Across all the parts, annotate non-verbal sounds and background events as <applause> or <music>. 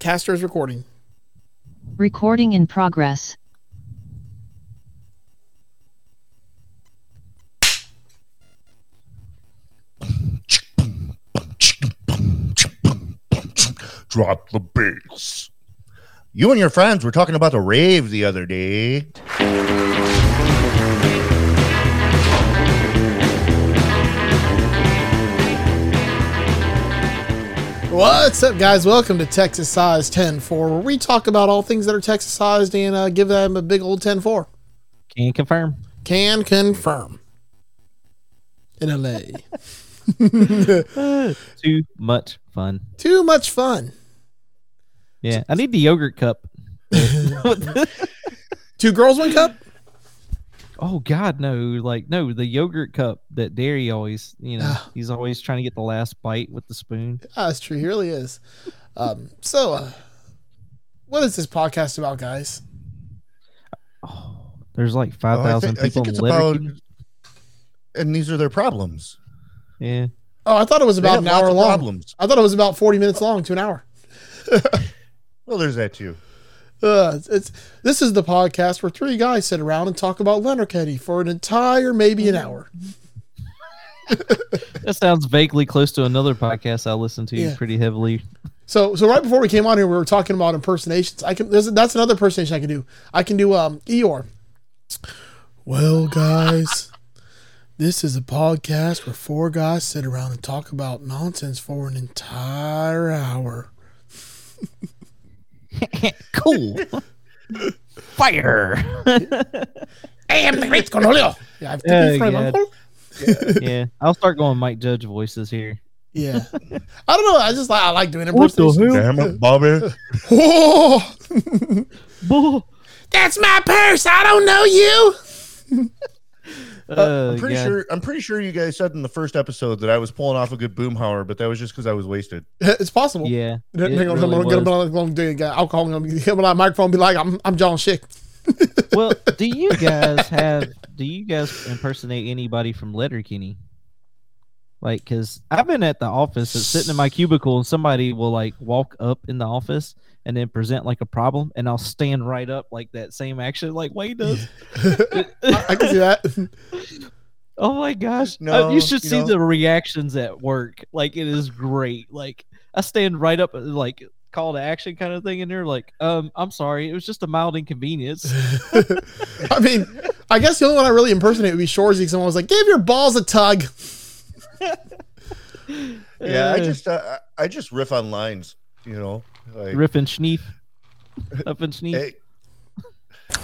Caster is recording. Recording in progress. <laughs> Drop the bass. You and your friends were talking about the rave the other day. What's up, guys? Welcome to Texas Size 10 4, where we talk about all things that are Texas sized and uh, give them a big old 10 4. Can you confirm? Can confirm. In <laughs> LA. Too much fun. Too much fun. Yeah, I need the yogurt cup. <laughs> Two girls, one cup? Oh God, no! Like no, the yogurt cup that Dairy always, you know, Ah. he's always trying to get the last bite with the spoon. Ah, that's true. He really is. Um, so, uh, what is this podcast about, guys? Oh, there's like I five thousand think- I people think it's in about- Liberty. And these are their problems. Yeah, Oh, I thought it was They about have an lots hour of long. Problems. I thought it was about 40 minutes long to an hour. Well, there's that too. Uh, it's, it's this is the podcast where three guys sit around and talk about Leonard Kenny for an entire maybe an hour. that sounds vaguely close to another podcast I listen to Yeah. pretty heavily. So so right before we came on here, we were talking about impersonations. I can there's, that's another impersonation I can do. I can do um Eeyore. Well, guys, this is a podcast where four guys sit around and talk about nonsense for an entire hour. <laughs> cool. <laughs> Fire. I am the great Cornelio. Yeah, I've taken Oh, from God. uncle. yeah, I'll start going Mike Judge voices here. Yeah. I don't know. I just like I like doing impersonations. Damn it, Bobby. Whoa, <laughs> <laughs> Bull. that's my purse. I don't know you. Uh, I'm pretty God. sure. I'm pretty sure you guys said in the first episode that I was pulling off a good boomhauer, but that was just because I was wasted. <laughs> It's possible. Yeah. They're it gonna, really really get him was. on gonna do it, got alcohol gonna get him on that microphone be like, I'm I'm John Schick. well, do you guys have? Do you guys impersonate anybody from Letterkenny? Like, because I've been at the office, and sitting in my cubicle, and somebody will like walk up in the office and then present like a problem, and I'll stand right up like that same action, like Wayne does. I, I can see that. oh my <laughs> gosh! Uh, No, you should you see know. the reactions at work. Like, it is great. Like, I stand right up, like call to action kind of thing, and they're like, "Um, I'm sorry, it was just a <laughs> mild inconvenience." <laughs> I mean, I guess the only one I really impersonate would be Shorzy because someone was like, give your balls a tug. <laughs> Yeah, I Uh, just uh, I I just riff on lines. You know, like Rip and Schneef. Up and Schneef. hey,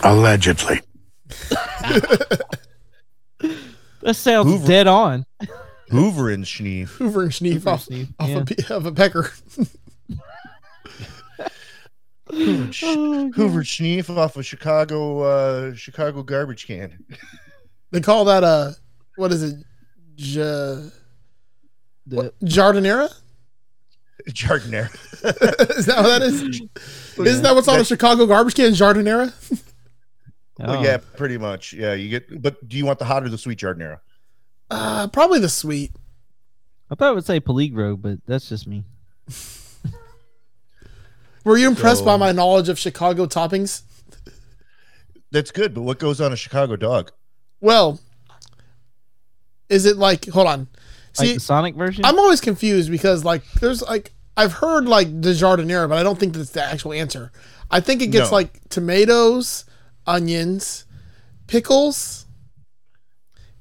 Allegedly. <laughs> that sounds Hoover. dead on. Hoover and Schneef. Hoover and Schneef Rip and off, Schneef, off yeah. a, pe- of a pecker. <laughs> Hoover, <laughs> <laughs> Hoover Schneef off a Chicago uh, Chicago garbage can. <laughs> They call that uh what is it? J- The- Jardinera? <laughs> <laughs> Jardinera. <laughs> is that what that is? Isn't that what's on a Chicago garbage can? Jardinera? <laughs> Well, oh, yeah, pretty much. Yeah, you get. But do you want the hot or the sweet jardinera? Uh, probably the sweet. I thought it would say Peligro, but that's just me. Were you impressed by So- my knowledge of Chicago toppings? That's good. But what goes on a Chicago dog? Well, is it like hold on? Like See, the Sonic version? I'm always confused because like there's like I've heard like the jardinera, but I don't think that's the actual answer. I think it gets No. like tomatoes, onions, pickles.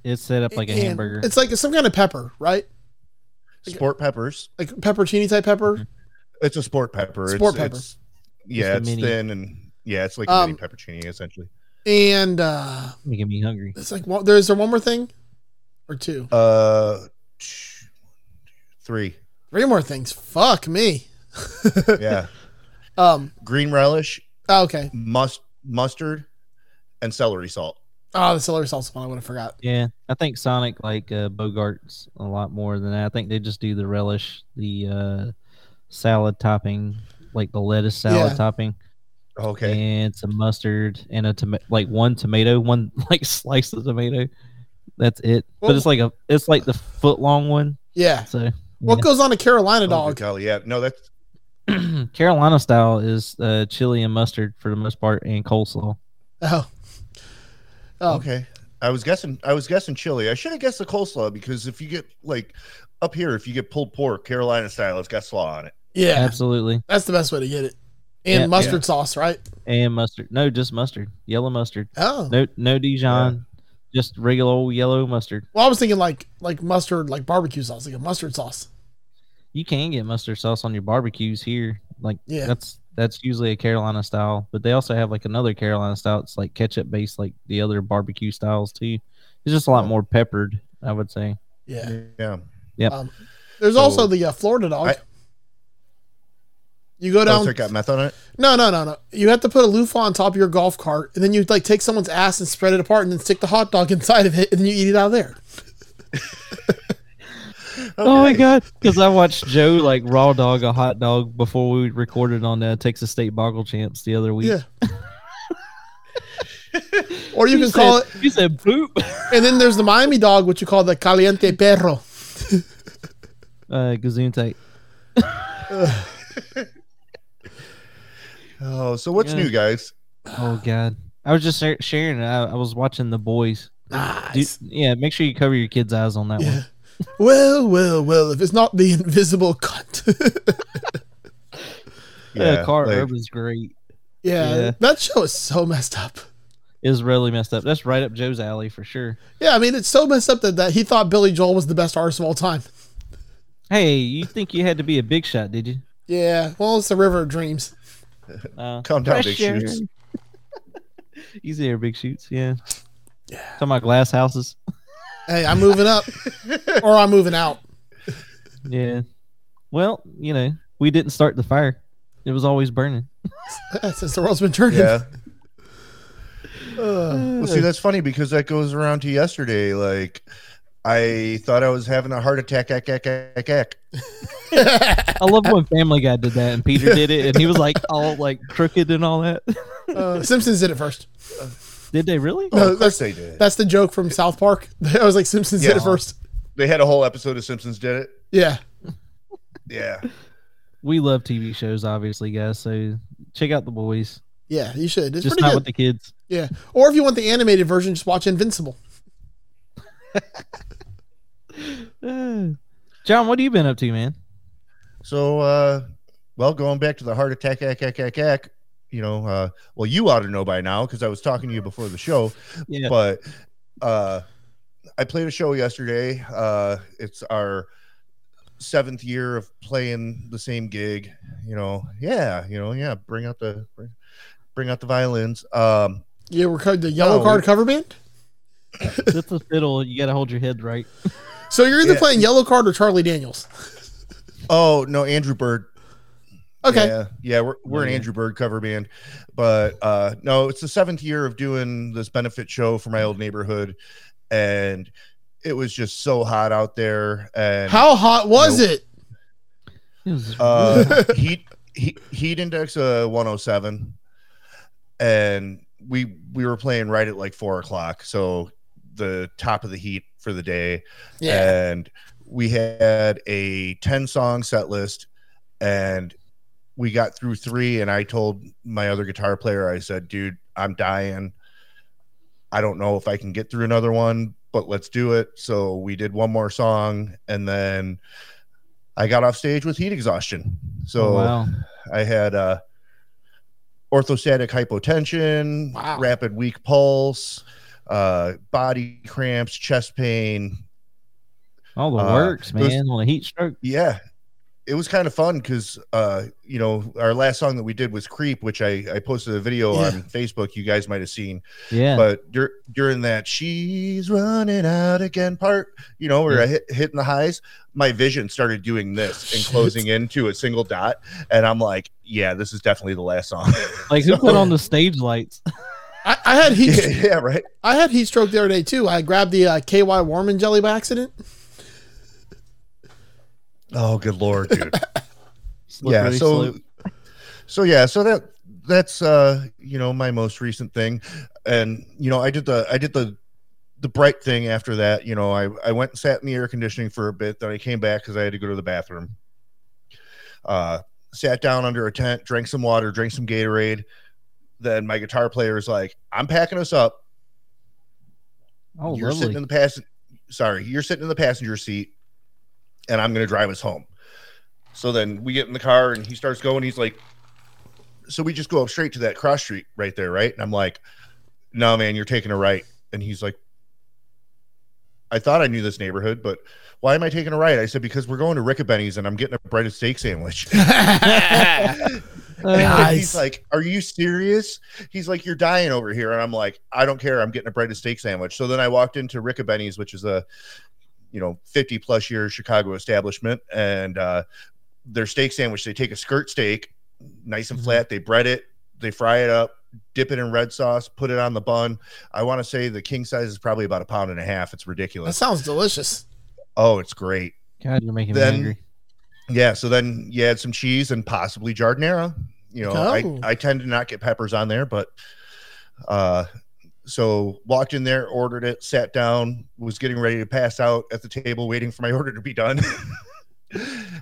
it's set up like a and hamburger. It's like some kind of pepper, right? Sport peppers. Like peppercini type Mm-hmm. pepper. It's a sport pepper. Sport it's, pepper. It's, yeah, the it's, mini. thin and yeah, it's like a mini Um, peppercini essentially. And uh Making me hungry. it's like one, there's there one more thing or two. Uh, t- three. <laughs> Three more things. Fuck me. <laughs> Yeah, Um green relish, oh, okay. must mustard, and celery salt. Oh, the celery salsa one I would have forgot. Yeah, I think Sonic like uh, Bogart's a lot more than that. I think they just do the relish, the uh, salad topping, like the lettuce salad Yeah. topping, Okay. and some mustard and a tomato, like one tomato, one <laughs> like slice of tomato. That's it. Well- but it's like a, it's like the foot long one. Yeah. So <clears throat> What goes on a Carolina Oh, dog? golly, yeah. No, that's Carolina style is uh, chili and mustard for the most part, and coleslaw. Oh. Oh, Okay. I was guessing. I was guessing chili. I should have guessed the coleslaw because if you get like up here, if you get pulled pork Carolina style, it's got slaw on it. yeah. Absolutely, That's the best way to get it. And Yeah. mustard sauce, right? and mustard. No, just mustard, yellow mustard. Oh. No, no Dijon, just regular old yellow mustard. Well, I was thinking like like mustard, like barbecue sauce, like a mustard sauce. You can get mustard sauce on your barbecues here. Like Yeah. that's that's usually a Carolina style, but they also have like another Carolina style. It's like ketchup based, like the other barbecue styles too. It's just a lot more peppered, I would say. Yeah. Yeah. Um, There's So- also the uh, Florida dog. I- you go Oh, down. so it got meth on it. No, no, no, no. You have to put a loofah on top of your golf cart, and then you like take someone's ass and spread it apart, and then stick the hot dog <laughs> inside of it, and then you eat it out of there. Oh my Okay. god! Because I watched Joe like raw dog a hot dog before we recorded on uh, Texas State Boggle Champs the other week. Yeah. or you He can call it. said- He said poop. <laughs> And then there's the Miami dog, which you call the caliente perro. Uh, Gesundheit. Oh, so what's Yeah. new, guys? Oh god! I was just shar- sharing. it. I, I was watching the boys. Do- Nice. yeah, make sure you cover your kids' eyes on that Yeah. Well, well, well. If it's not the invisible cunt. <laughs> one. Yeah, Carl like, Urban's great. yeah, Yeah. That show is so messed up. Is really messed up. That's right up Joe's alley for sure. Yeah, I mean, it's so messed up that, that he thought Billy Joel was the best artist of all time. Hey, you think you had to be a big shot, did you? Yeah, well, it's the River of Dreams. <laughs> Uh, Calm down, Big pressure. Shoots. Easy there, big shoots. Yeah. Yeah. Talking about glass houses. Hey, I'm moving up, or I'm moving out. <laughs> Yeah. Well, you know, we didn't start the fire. It was always burning. Since the world's been turning. <laughs> Uh, yeah. Ugh. Well, see, that's funny because that goes around to yesterday. Like, I thought I was having a heart attack. Ack, ack, ack, ack. I love when Family Guy did that and Peter did it and he was like all like crooked and all that. <laughs> Uh, Simpsons did it first. did they really? No, Oh, of that's, course they did. that's the joke from South Park. <laughs> I was like, Simpsons did Yeah. it first. They had a whole episode of Simpsons did it. Yeah. <laughs> Yeah. We love TV shows, obviously, guys. So check out the boys. Yeah, you should. It's Just pretty not good. with the kids. yeah. Or if you want the animated version, just watch Invincible. Uh, John, what have you been up to, man? So, uh, well, going back to the heart attack, ack, ack, ack, ack, you know, uh, well, you ought to know by now because I was talking to you before the show, Yeah. but uh, I played a show yesterday. Uh, it's our seventh year of playing the same gig, you know, yeah, you know, yeah, bring out the, bring, bring out the violins. Um, Yeah, we're called the Yellow No, Card we- cover band. That's a fiddle. You got to hold your head right. So you're either Yeah. playing Yellow Card or Charlie Daniels. oh, no, Andrew Bird Okay. Yeah, yeah we're, we're an Yeah. Andrew Bird cover band. But uh, no, it's the seventh year of doing this benefit show for my old neighborhood. And it was just so hot out there. And How hot was Nope. it? It was uh, <laughs> heat, heat, heat index uh, 107. And we we were playing right at like four o'clock. So the top of the heat for the day Yeah. and we had a 10 song set list and we got through three and i told my other guitar player i said dude i'm dying i don't know if i can get through another one but let's do it so we did one more song and then i got off stage with heat exhaustion so oh, wow. I had uh, orthostatic hypotension, Wow. rapid weak pulse, uh, body cramps, chest pain. All the uh, works, it was- man. On a heat stroke. Yeah, it was kind of fun because uh, you know our last song that we did was "Creep," which I I posted a video Yeah. on Facebook. You guys might have seen, Yeah. but dur- during that "She's running out again" part, you know, where I hit hitting the highs, my vision started doing this and Shit. closing into a single dot, and I'm like, yeah, this is definitely the last song. like who put on the stage lights? I, I had heat. yeah, <laughs> yeah, right. I had heat stroke the other day too. I grabbed the uh, KY Warman jelly by accident. Oh, good lord, dude. yeah. <laughs> So, Slippery slope. so yeah. So that that's uh, you know, my most recent thing, and you know, I did the I did the the bright thing after that. You know, I I went and sat in the air conditioning for a bit, then I came back because I had to go to the bathroom. Uh, sat down under a tent, drank some water, drank some Gatorade. Then my guitar player is like, "I'm packing us up. Oh, you're lovely. sitting in the pass. Sorry, you're sitting in the passenger seat, and I'm going to drive us home." So then we get in the car, and he starts going. He's like, "So we just go up straight to that cross street right there, right?" And I'm like, "No, man, you're taking a right." And he's like, "I thought I knew this neighborhood, but why am I taking a right?" I said, "Because we're going to Rickabenny's, and I'm getting a breaded steak sandwich." <laughs> Uh, Yeah. And Nice. he's like, "Are you serious?" He's like, "You're dying over here," and I'm like, "I don't care. I'm getting a breaded steak sandwich." So then I walked into Rick Benny's, which is a, you know, 50 plus year Chicago establishment, and uh, their steak sandwich. They take a skirt steak, nice Mm-hmm. and Mhm. flat. They bread it, they fry it up, dip it in red sauce, put it on the bun. I want to say the king size is probably about a pound and a half. It's that ridiculous. sounds delicious. Oh, it's great. God, you're making Then- me angry. Yeah, so then you add some cheese and possibly jardinera. You know, Oh. I, I tend to not get peppers on there, but uh so walked in there, ordered it, sat down, was getting ready to pass out at the table waiting for my <laughs> order to be done.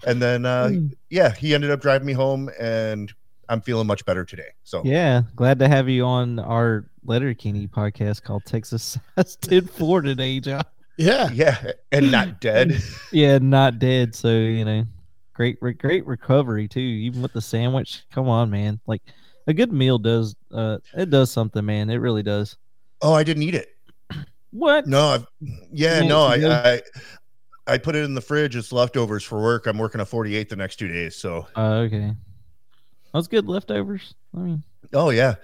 and then uh yeah, he ended up driving me home and I'm feeling much better today. So Yeah, glad to have you on our Letterkenny podcast called Texas <laughs> Size 10 4 today, John. Yeah. yeah, and not <laughs> dead. Yeah, not dead. So you know, great, re- great recovery too. Even with the sandwich, come on, man. Like a good meal does, uh, it does something, man. It really does. Oh, I didn't eat it. What? No, I've, yeah, Yeah, no, I, yeah. I I put it in the fridge. It's leftovers for work. I'm working a 48 the next two days, so Oh, okay. That's good leftovers. I mean, Oh yeah,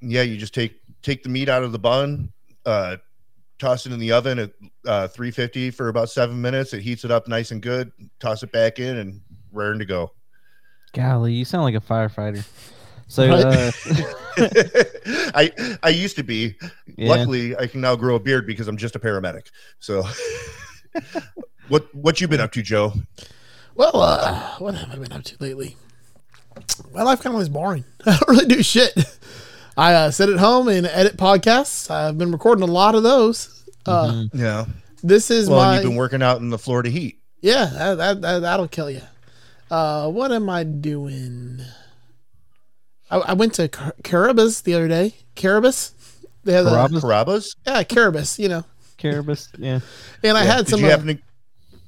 yeah. You just take take the meat out of the bun, uh, toss it in the oven at uh, 350 for about seven minutes. It heats it up nice and good. Toss it back in and raring to go. golly, you sound like a firefighter. So Right. uh, <laughs> I I used to be. yeah, Luckily, I can now grow a beard because I'm just a paramedic. So. <laughs> What what you been up to, Joe? Well, uh, what have I been up to lately? My life kind of is boring. <laughs> I don't really do shit. I uh, sit at home and edit podcasts. I've been recording a lot of those. Uh, mhm. Yeah. This is Well, my you've been working out in the Florida heat. yeah. That, that, that that'll kill you. Uh, what am I doing? I, I went to Car- Caribas the other day. Caribas, they have the, Carrabba's? Carabas? yeah Caribas. You know, Caribous. Yeah. and I Yeah. had did some. You uh, happen to,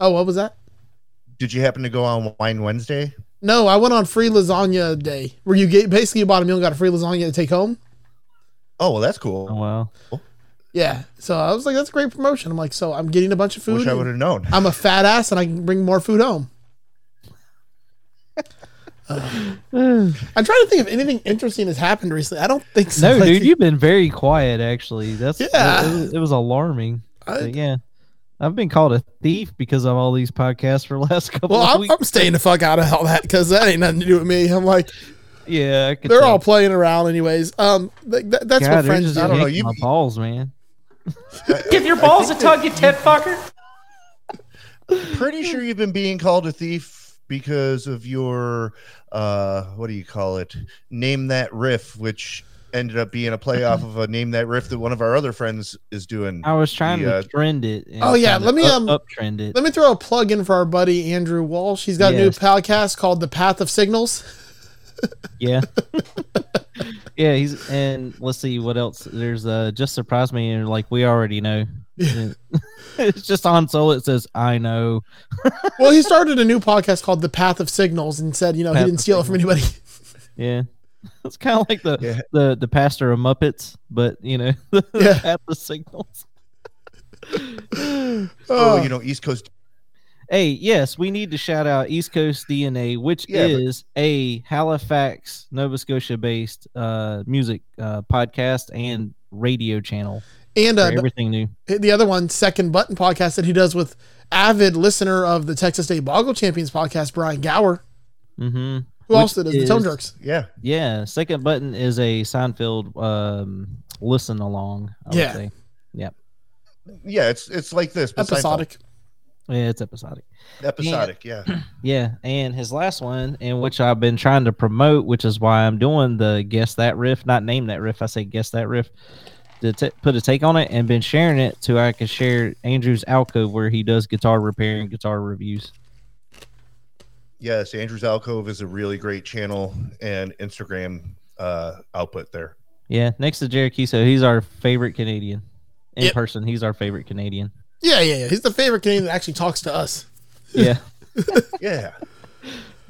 oh, what was that? did you happen to go on Wine Wednesday? No, I went on free lasagna day where you get basically you bought a meal and got a free lasagna to take home. Oh, well, that's cool. Oh wow. Yeah. So I was like, that's a great promotion. I'm like, so I'm getting a bunch of food. Wish I and would have known. I'm a fat ass and I can bring more food <sighs> home. no, I'm trying to think if anything interesting has happened recently. I don't think <laughs> so. Like, dude, you've been very quiet. Actually, that's Yeah. yeah. It, was, it was alarming. I- But yeah, I've been called a thief because of all these podcasts for the last <laughs> couple well, of I'm, weeks. I'm staying the fuck out of all that because that ain't nothing to do with me. I'm like, yeah, I could they're tell. all playing around anyways. Um, th- th- that's what God, they're friends. just do. I don't know, yanking you- my balls, man. Give your balls a tug, you tit fucker. pretty sure you've been being called a thief because of your uh what do you call it name that riff which ended up being a play off of a name that riff that one of our other friends is doing uh, I was trying Yeah. to trend it. and Oh, yeah, kinda let me, up- um, uptrend it. Let me throw a plug in for our buddy Andrew Walsh. He's got a new Yes. podcast called The Path of <laughs> Signals. <laughs> Yeah, yeah. He's and let's see what else. There's uh, just surprised me and like we already know. Yeah. <laughs> it's just on solo. It says I know. well, he started a new podcast called The Path of Signals and said, you know, he Path didn't of steal it from anybody. <laughs> Yeah. <laughs> It's kind of like the, Yeah. the the pastor of Muppets, but you know, <laughs> the Yeah. path of signals. oh Oh. you know east coast Hey, yes, we need to shout out East Coast DNA, which Yeah, but- is a Halifax, Nova Scotia based uh, music uh, podcast and radio channel. and for uh, everything new. the other one, Second Button podcast that he does with avid listener of the Texas State Boggle Champions podcast, Brian Gower, Mm-hmm. who Which also does the Tone is- Jerks. yeah Yeah. Second button is a Seinfeld um, listen along. I Yeah. Would say. yeah it's it's like this but Seinfeld. Episodic. Yeah, it's episodic. episodic yeah <clears throat> Yeah, and his last one, and which I've been trying to promote, which is why I'm doing the guess that riff, not name that riff. I say guess that riff to t- put a take on it, and been sharing it to I can share Andrew's alcove where he does guitar repair and guitar reviews. yes, Andrew's Alcove is a really great channel and Instagram uh, output there. Yeah, next to Jared Kiso, he's our favorite Canadian. In Yep. person, he's our favorite Canadian. Yeah, yeah, yeah. He's the favorite Canadian that actually talks to us. <laughs> Yeah. Yeah.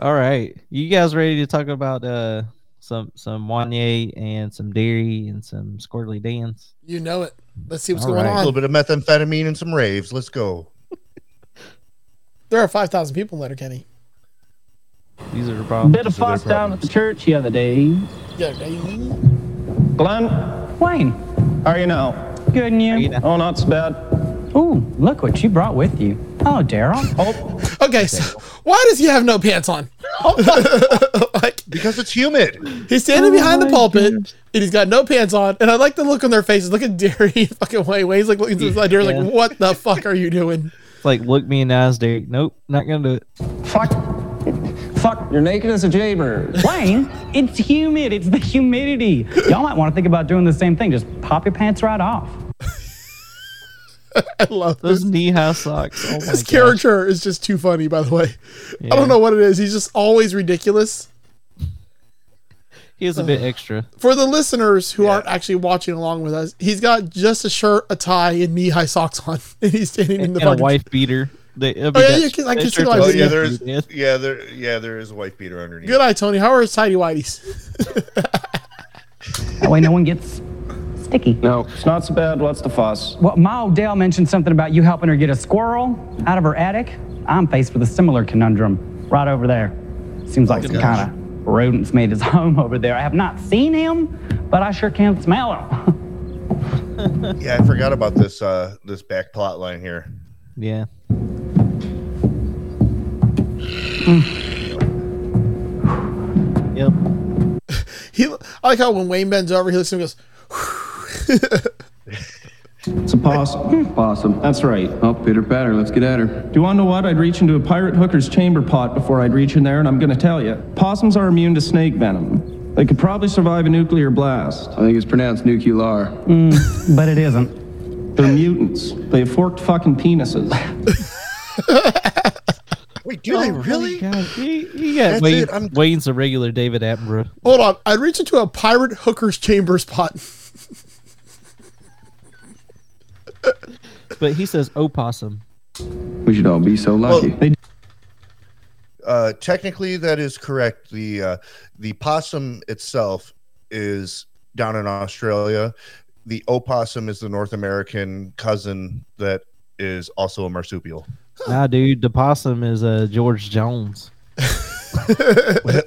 All right. You guys ready to talk about uh some some Wanye and some dairy and some Squirtly Dan's? You know it. Let's see what's All going right. A little on. bit of methamphetamine and some raves. Let's go. There are five thousand people in Letterkenny. These are the problems. Bit of fuss down at the church the other day. Yeah, they- Glenn, Wayne, are you now? Good and you? you now? Oh, not so bad. Ooh, look what you brought with you. Oh, Daryl. Oh, Okay, so why does he have no pants on? <laughs> like Because it's humid. he's standing Oh behind the pulpit and he's got no pants on, and I like the look on their faces. Look at Derry <laughs> and fucking Way. Way's like looking to the side. Derry's Yeah. like, "What the fuck are you doing?" It's like look me in the eyes, Derek. Nope, not gonna do it. fuck. Fuck, you're naked as a jaybird. Wayne, it's humid. It's the humidity. Y'all might want to think about doing the same thing. Just pop your pants right <laughs> off. I love this. Those knee high socks. Oh my His gosh. character is just too funny. By the way, I don't know what it is. He's just always ridiculous. He is a bit extra. For the listeners who aren't actually watching along with us, he's got just a shirt, a tie, and knee-high socks on, <laughs> and he's standing in And, the and a fucking Oh, wife beater. They, I mean, yeah, that- you can- I that can see shirt why was they did Oh yeah, that. there is Yeah. yeah, there yeah, there is a white beater underneath. Good eye, Tony. How are his tidy whities? That way no one gets sticky. No, it's not so bad. What's the fuss? Well, Ma O'Dell mentioned something about you helping her get a squirrel out of her attic. I'm faced with a similar conundrum right over there. Seems like some gosh. kind of rodent's made his <laughs> home over there. I have not seen him, but I sure can smell <laughs> him. <laughs> Yeah, I forgot about this uh this back plot line here. Yeah. yep. <laughs> He, I like how when Wayne bends over, he looks at <laughs> him and goes, Oh, It's a possum. Possum. That's right. Oh, Peter Patter, let's get at her. Do you want to know what? I'd reach into a pirate hooker's chamber pot before I'd reach in there, and I'm going to tell you. Possums are immune to snake venom. They could probably survive a nuclear blast. I think it's pronounced nuclear. <laughs> but it isn't. They're mutants. They have forked fucking penises. Wait, do <laughs> they really? God, you, you got That's Wayne, it, I'm- Wayne's a regular David Attenborough. Hold on. I reach into a pirate hooker's chamber spot. <laughs> But he says opossum. We should all be so lucky. Well- Uh technically that is correct. The uh the possum itself is down in Australia. The opossum is the North American cousin that is also <laughs> a marsupial. <laughs> Nah, dude, the possum is uh, George Jones.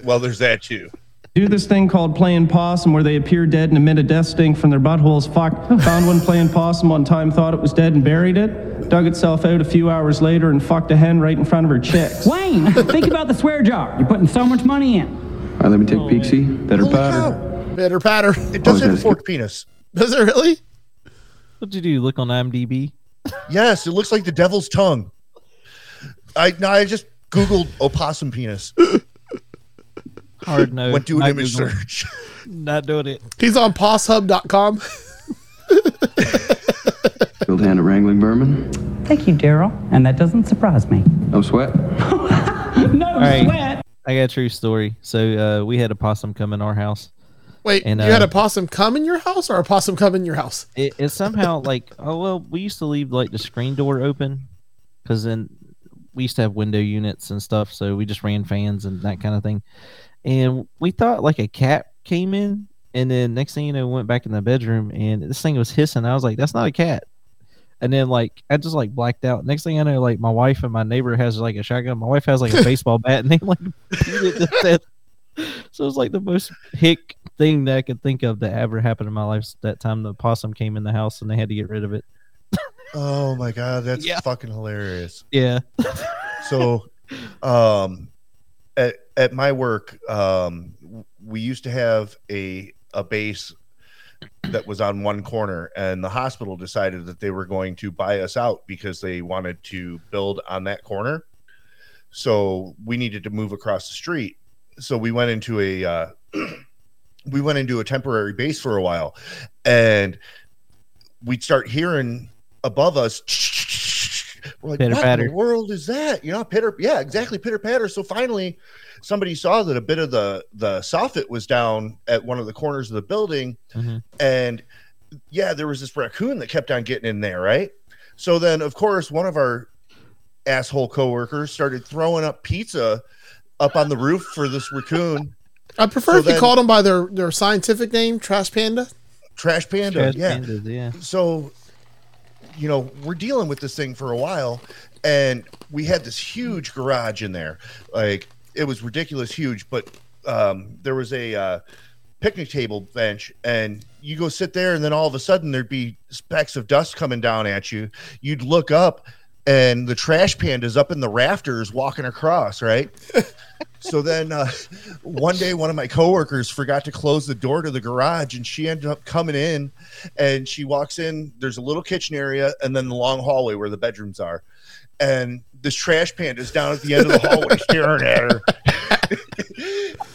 well, there's that too. Do this thing called playing possum where they appear dead and emit a death stink from their buttholes. Fuck. Found one playing possum one time, thought it was dead and buried it. Dug itself out a few hours later and fucked a hen right in front of her chicks. Wayne, think about the swear jar. You're putting so much money in. All right, let me take Pixie. Better Patter. Bitter patter. <laughs> It does Oh, have a that's forked penis. Does it really? What'd you do? Look on IMDb? Yes, it looks like the devil's tongue. I no, I just googled opossum penis. Hard no. Went to an not image Googling. search. Not doing it. He's on posshub.com. Field hand at Wrangling Berman. Thank you, Daryl. And that doesn't surprise me. No sweat. <laughs> No right. sweat. I got a true story. So uh, we had a possum come in our house. <laughs> Wait, And, you had uh, a possum come in your house or a possum come in your house? It, it somehow like oh well, we used to leave like the screen door open because then we used to have window units and stuff, so we just ran fans and that kind of thing. And we thought like a cat came in, and then next thing you know, went back in the bedroom, and this thing was hissing. I was like, that's not a cat. And then like I just like blacked out. Next thing I know, like my wife and my neighbor has like a shotgun. My wife has <laughs> like a baseball bat, and they like beat it to death. <laughs> So it's like the most hick thing that I could think of that ever happened in my life. That time the possum came in the house and they had to get rid of it. Oh my god, that's Yeah. fucking hilarious. Yeah. So, um, at at my work, um, w- we used to have a a base that was on one corner, and the hospital decided that they were going to buy us out because they wanted to build on that corner. So we needed to move across the street. So we went into a uh, <clears throat> we went into a temporary base for a while, and we'd start hearing above us We're like, Pitter what in patter. the world is that? You know, pitter. Yeah, exactly, pitter patter. So finally, somebody saw that a bit of the the soffit was down at one of the corners of the building, Mhm. and yeah, there was this raccoon that kept on getting in there, right? So then, of course, one of our asshole coworkers started throwing up pizza up on the roof for this raccoon. I prefer So if you then- called them by their, their scientific name, Trash Panda. Trash panda, Trash yeah. pandas, yeah. so you know we're dealing with this thing for a while and we had this huge garage in there like it was ridiculous huge but um, there was a uh, picnic table bench and you go sit there and then all of a sudden there'd be specks of dust coming down at you you'd look up and the trash panda's up in the rafters walking across right so then uh, one day one of my coworkers forgot to close the door to the garage and she ended up coming in and she walks in there's a little kitchen area and then the long hallway where the bedrooms are and this trash panda's down at the end of the hallway staring at her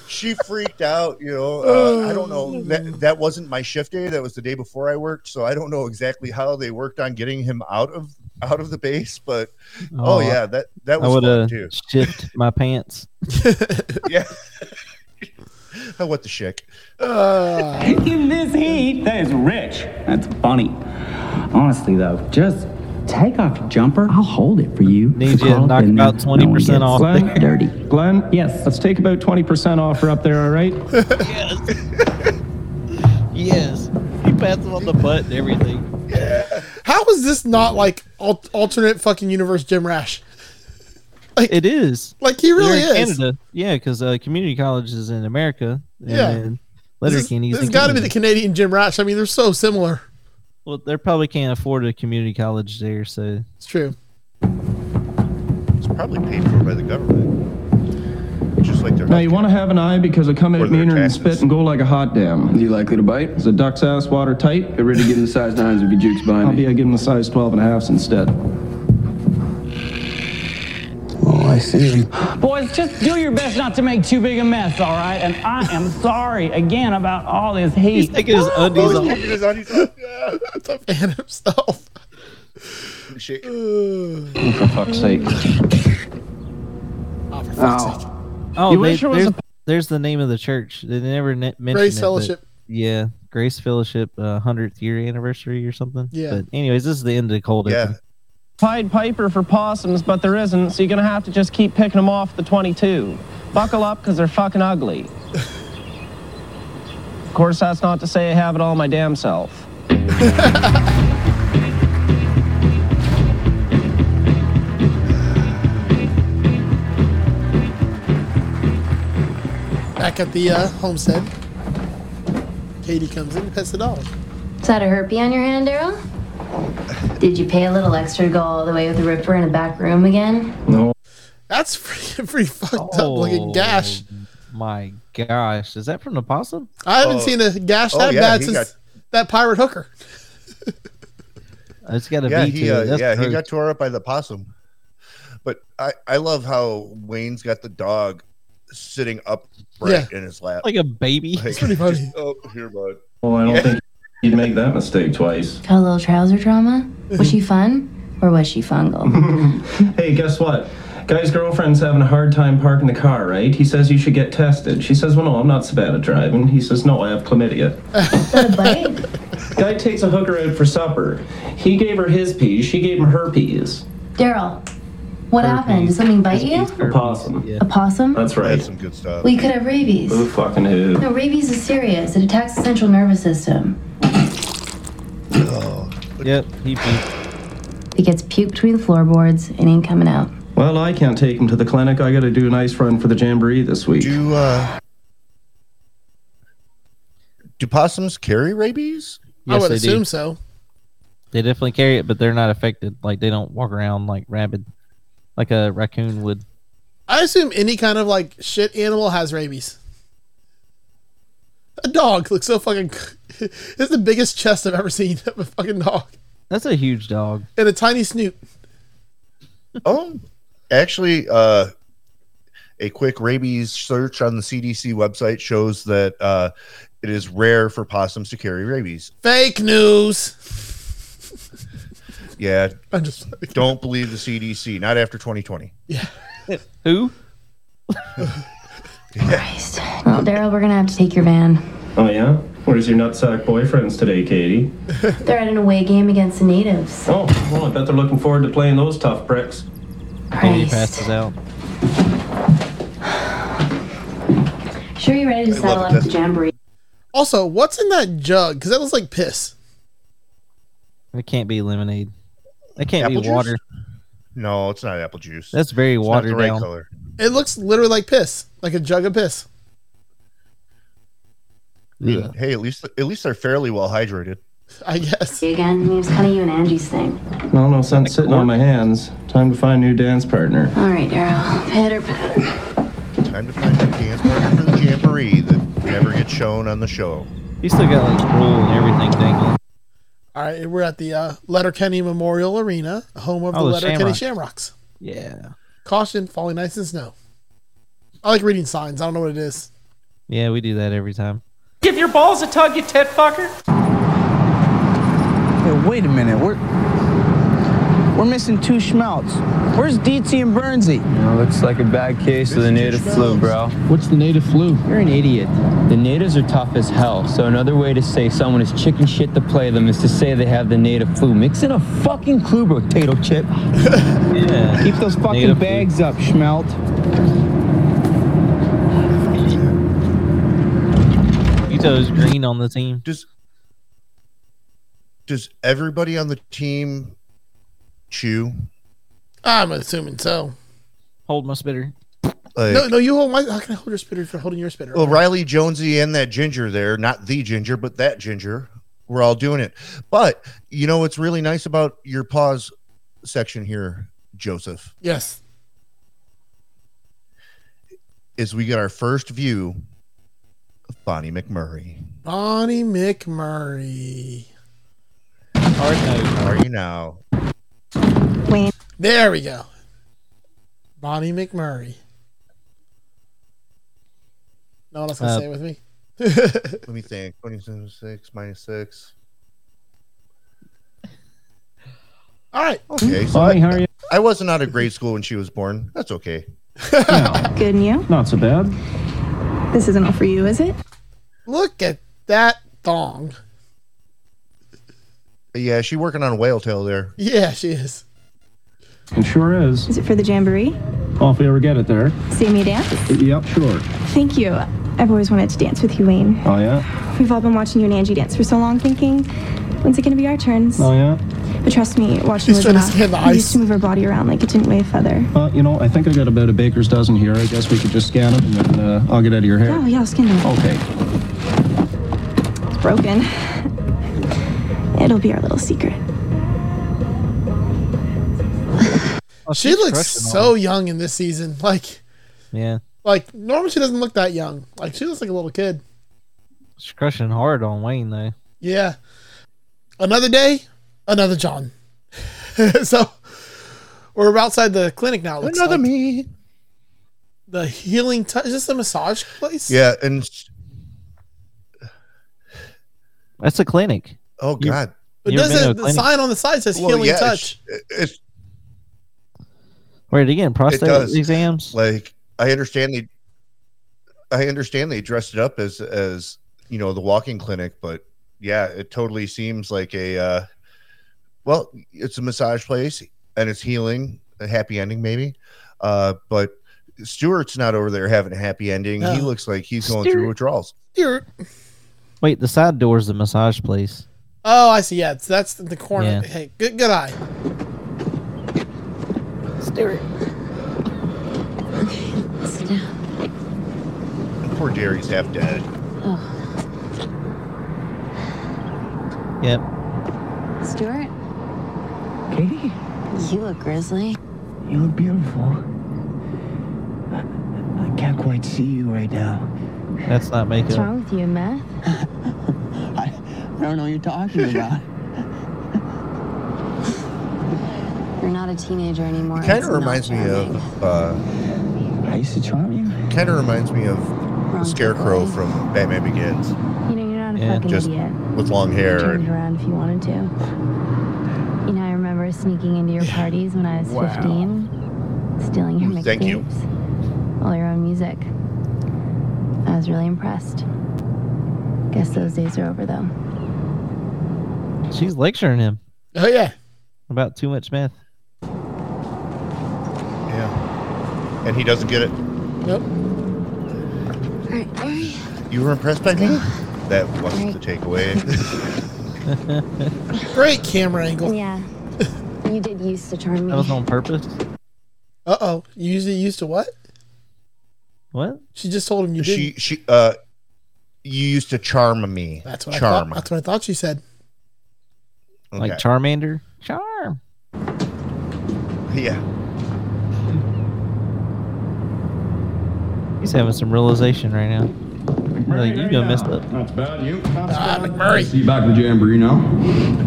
she freaked out you know uh, i don't know that, that wasn't my shift day that was the day before i worked so i don't know exactly how they worked on getting him out of out of the base but oh, yeah that that I was would fun have too <laughs> shipped my <laughs> pants. <laughs> yeah Oh, what the shick Uh, In this heat, that is rich. That's funny. Honestly, though, just take off your jumper. I'll hold it for you. Need you to Crawl up knock in about there. 20% No off one <laughs> gets there. Dirty. Glenn? Yes. Let's take about 20% off her up there, all right? Yes. You pass them on the butt and everything. how is this Mm. not like al- alternate fucking universe Jim Rash? It is. Like he really They're in is. Canada. Yeah, because uh, community college is in America. And Yeah. then This is- Letterkenny this has got to be the Canadian Jim Rash. I mean, they're so <laughs> similar. Well, they probably can't afford a community college there, so It's true. it's probably paid for by the government just like they're Now, you want to have an eye because they come Or at their me and taxes. spit and go like a hot damn. You likely to bite? Is a duck's ass watertight? Get ready to get in the size nines if you jukes by I'll me. be uh, giving the size 12 and a halves instead. Oh, I see. Boys, just do your best not to make too big a mess, all right? And I am sorry again about all this he's heat. taking his Oh, undies off. <laughs> It's a fan himself. Shake. Oh, for fuck's sake. Ah, Ow. Oh, You they- wish there was there's, a- there's the name of the church. They never ne- mentioned Grace it, but- Fellowship. Yeah, Grace Fellowship uh, 100th year anniversary or something. Yeah. But anyways, this is the end of the cold yeah open. Pied Piper for possums, but there isn't, so you're gonna have to just keep picking them off the 22. Buckle up, because they're fucking ugly. of course, that's not to say I have it all my damn self. Back at the uh, homestead, Katie comes in and pets the dog. Is that a herpy on your hand, Daryl? Did you pay a little extra to go all the way with the Ripper in a back room again? That's pretty, <laughs> pretty fucked up Oh. looking gash. My gosh, is that from the possum? I haven't Oh. seen a gash Oh, that yeah, bad he since got- that pirate hooker. It's got a yeah, V he, to uh, it. That's yeah, he gross. got tore up by the possum. But I, I love how Wayne's got the dog sitting upright in his lap. like a baby. Like, pretty funny. <laughs> just, oh, here, bud. Well, I don't think you'd make that mistake twice. <laughs> Got a little trouser trauma? Was <laughs> she fun? Or was she fungal? Hey, guess what? Guy's girlfriend's having a hard time parking the car, right? He says you should get tested. She says, Well, no, I'm not so bad at driving. He says, No, I have chlamydia. Is that a <laughs> bite? Guy takes a hooker out for supper. He gave her his peas, she gave him her peas. Daryl, what happened? Did something bite you? A possum. A possum? That's That's right. some good stuff. We could have rabies. Who fucking who? No, rabies is serious. It attacks the central nervous system. Oh. Yep, he puked. It gets puked between the floorboards and ain't coming out. Well, I can't take him to the clinic. I got to do an ice run for the jamboree this week. Do uh, do possums carry rabies? I Yes, would they assume do. so. They definitely carry it, but they're not affected. Like they don't walk around like rabid, like a raccoon would. I assume any kind of like shit animal has rabies. A dog looks so fucking. <laughs> This is the biggest chest I've ever seen of a fucking dog, That's a huge dog. and a tiny snoot. Oh, actually, uh, a quick rabies search on the CDC website shows that uh, it is rare for possums to carry rabies. Fake news. Yeah, I'm just like, don't believe the CDC. Not after 2020. <laughs> Who? Christ. Well, Daryl, we're gonna have to take your van. <laughs> Oh, yeah? Where's your nutsack boyfriends today, Katie? They're at an away game against the natives. Oh, well, I bet they're looking forward to playing those tough pricks. Oh, Katie Christ. passes out. Sure, you ready to saddle up this. the jamboree? Also, what's in that jug? Because that looks like piss. It can't be lemonade. It can't Apple be juice? water. No, it's not apple juice. That's very It's watered down. color. It looks literally like piss, like a jug of piss. Yeah. Hey, at least at least they're fairly well hydrated. I guess. Again, it was kind of you and Angie's thing. Well, no sense sitting on my hands. Time to find a new dance partner. All right, Daryl, pitter patter. Time to find a dance partner for the jamboree that never gets shown on the show. He still got like roll and everything dangling. All right, we're at the uh, Letterkenny Memorial Arena, home of Oh, the the Letterkenny Shamrocks. Shamrocks. Yeah. Caution: falling ice and snow. I like reading signs. I don't know what it is. Yeah, we do that every time. Give your balls a tug, you tit fucker. Hey, wait a minute. We're we're missing two schmelts. Where's DT and Bernsey? looks like a bad case of the native flu, bro. What's the native flu? You're an idiot. The natives are tough as hell, so another way to say someone is chicken shit to play them is to say they have the native flu. Mix in a fucking clue potato chip. Yeah. Keep those fucking Native flu. bags up, schmelt. Utah's green on the team. Does does everybody on the team chew? I'm assuming so. Hold my spitter. Like, No, no, you hold my. How can I hold your spitter if you're holding your spitter? Well, Riley Jonesy and that ginger there, not the ginger, but that ginger, we're all doing it. But you know what's really nice about your pause section here, Joseph, Yes. is we get our first view of Bonnie McMurray. Bonnie McMurray. Hard no. How are you now? There we go. Bonnie McMurray. No one else gonna Uh, say it with me. <laughs> Let me think. 26 minus 6. All right. Okay. So Bonnie, I, how are you? I wasn't out of grade school when she was born. That's okay. <laughs> Good and you? Not so bad. This isn't all for you, is it? Look at that thong. But yeah, she working on a whale tail there. Yeah, she is. It sure is. Is it for the jamboree? Oh, if we ever get it there. See me dance? Yep, sure. Thank you. I've always wanted to dance with you, Wayne. Oh, yeah? We've all been watching you and Angie dance for so long, thinking, when's it gonna be our turns? Oh, yeah? But trust me, watching She's was trying to enough. stand the We used ice. to move her body around like it didn't weigh a feather. Uh, you know, I think I got about a baker's dozen here. I guess we could just scan them and then uh, I'll get out of your hair. Oh yeah, skin it. Okay. It's broken. <laughs> It'll be our little secret. she looks so young in this season. Like, Yeah. like normally she doesn't look that young. Like she looks like a little kid. She's crushing hard on Wayne though. Yeah. Another day, another John. <laughs> so we're outside the clinic now. it looks Another like. me. The healing touch. Is this a massage place? Yeah. And That's a clinic. oh, You- God. It You're in a doesn't, the clinic. sign on the side says healing touch. It's, it's Where again? Prostate does. exams. like I understand they I understand they dressed it up as as you know the walking clinic, but yeah, it totally seems like a uh well, it's a massage place and it's healing, a happy ending maybe. Uh but Stuart's not over there having a happy ending. He No. looks like he's going through Stuart. withdrawals. Here. Wait, the side door's the massage place. Oh, I see. Yeah, it's, that's the corner. Yeah. Hey, good, good eye. Sit down. Poor Jerry's half dead. Yep. Stuart, Katie, you look grizzly. you look beautiful. I can't quite see you right now. That's not What's makeup. wrong with you, Matt? I, <laughs> I don't know what you're talking about. You're not a teenager anymore. Kind It's of not reminds me charming. of uh I used to charm you. kind of reminds me of Wrong Scarecrow people. from Batman Begins You know, you're not a Yeah, fucking just idiot. with long hair Turn it and around if you wanted to. You know, I remember were sneaking into your parties when I was Wow. 15, stealing your Ooh, thank you. mixtapes, all your own music. I was really impressed. Guess those days are over though. She's lecturing him Oh yeah. about too much meth. Yeah. And he doesn't get it. Yep. You were impressed by me? That wasn't the takeaway. <laughs> Great camera angle. Yeah. You did used to charm That me. was on <laughs> purpose. Uh oh. You usually used to what? What? She just told him you did. she she uh you used to charm me. That's what I charm. thought. That's what I thought she said. Like Okay. Charmander? Charm. Yeah. He's having some realization right now. Like you done messed up. That's bad. You? Ah, McMurray. See you back in the jamboree now.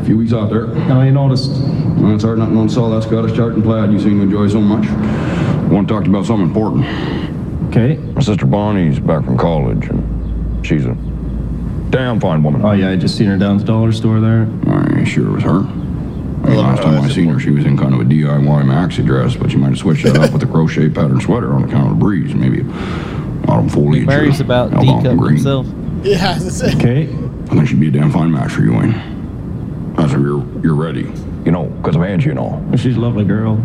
A few weeks out there. I noticed. Well, it's hard not knowing all that Scottish chart and plaid you seem to enjoy so much. I want to talk to you about something important. Okay. My sister Bonnie's back from college, and she's a damn fine woman. Oh, yeah, I just seen her down at the dollar store there. I sure was her. I mean, last time I seen her, she was in kind of a DIY maxi dress, but she might have switched that up with a crochet pattern sweater on account of the breeze, maybe autumn foliage. or Murray's about D Algonquin cup green. himself. Yeah. <laughs> That's it. Okay. I think she'd be a damn fine match for you, Wayne. As if you're you're ready. You know, 'cause of Angie and all. She's a lovely girl.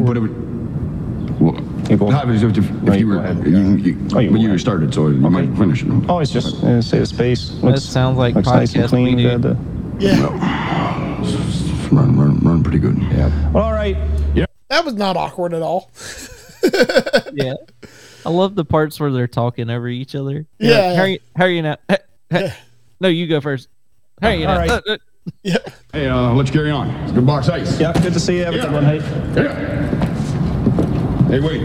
But it would. Well, you go. If, if, if you were, you, you, but you started, so you might finish it. Oh, it's just uh, save space. Looks, sounds like looks nice and podcast we clean. do. uh, the- Yeah. It's Run, run, run, pretty good. Yeah. Well, all right. That was not awkward at all. <laughs> Yeah. I love the parts where they're talking over each other. You're Yeah, like, yeah. how, are you, how are you <laughs> now? Eh, eh. No, you go first. How are you now? All right. Uh, <laughs> uh. Hey, uh, let's carry on. It's good box ice. Yeah, good to see you. Have a good one. Hey. Yeah. Hey, wait.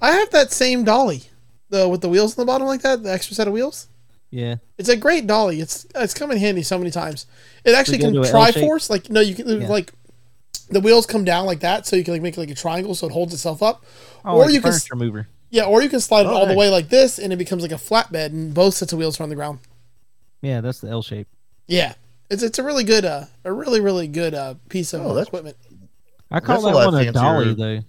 I have that same dolly, the with the wheels on the bottom like that, the extra set of wheels. Yeah. It's a great dolly. It's it's come in handy so many times. It actually go can to a L shape? triforce. Like no, you can Yeah. like the wheels come down like that, so you can like make like a triangle, so it holds itself up. Oh, or like you can furniture mover. yeah, or you can slide it all the nice. way like this, and it becomes like a flatbed, and both sets of wheels are on the ground. Yeah, that's the L shape. Yeah, it's it's a really good uh a really really good uh piece of Oh, that's- equipment. I call That's a that lot one a fancier. dolly though.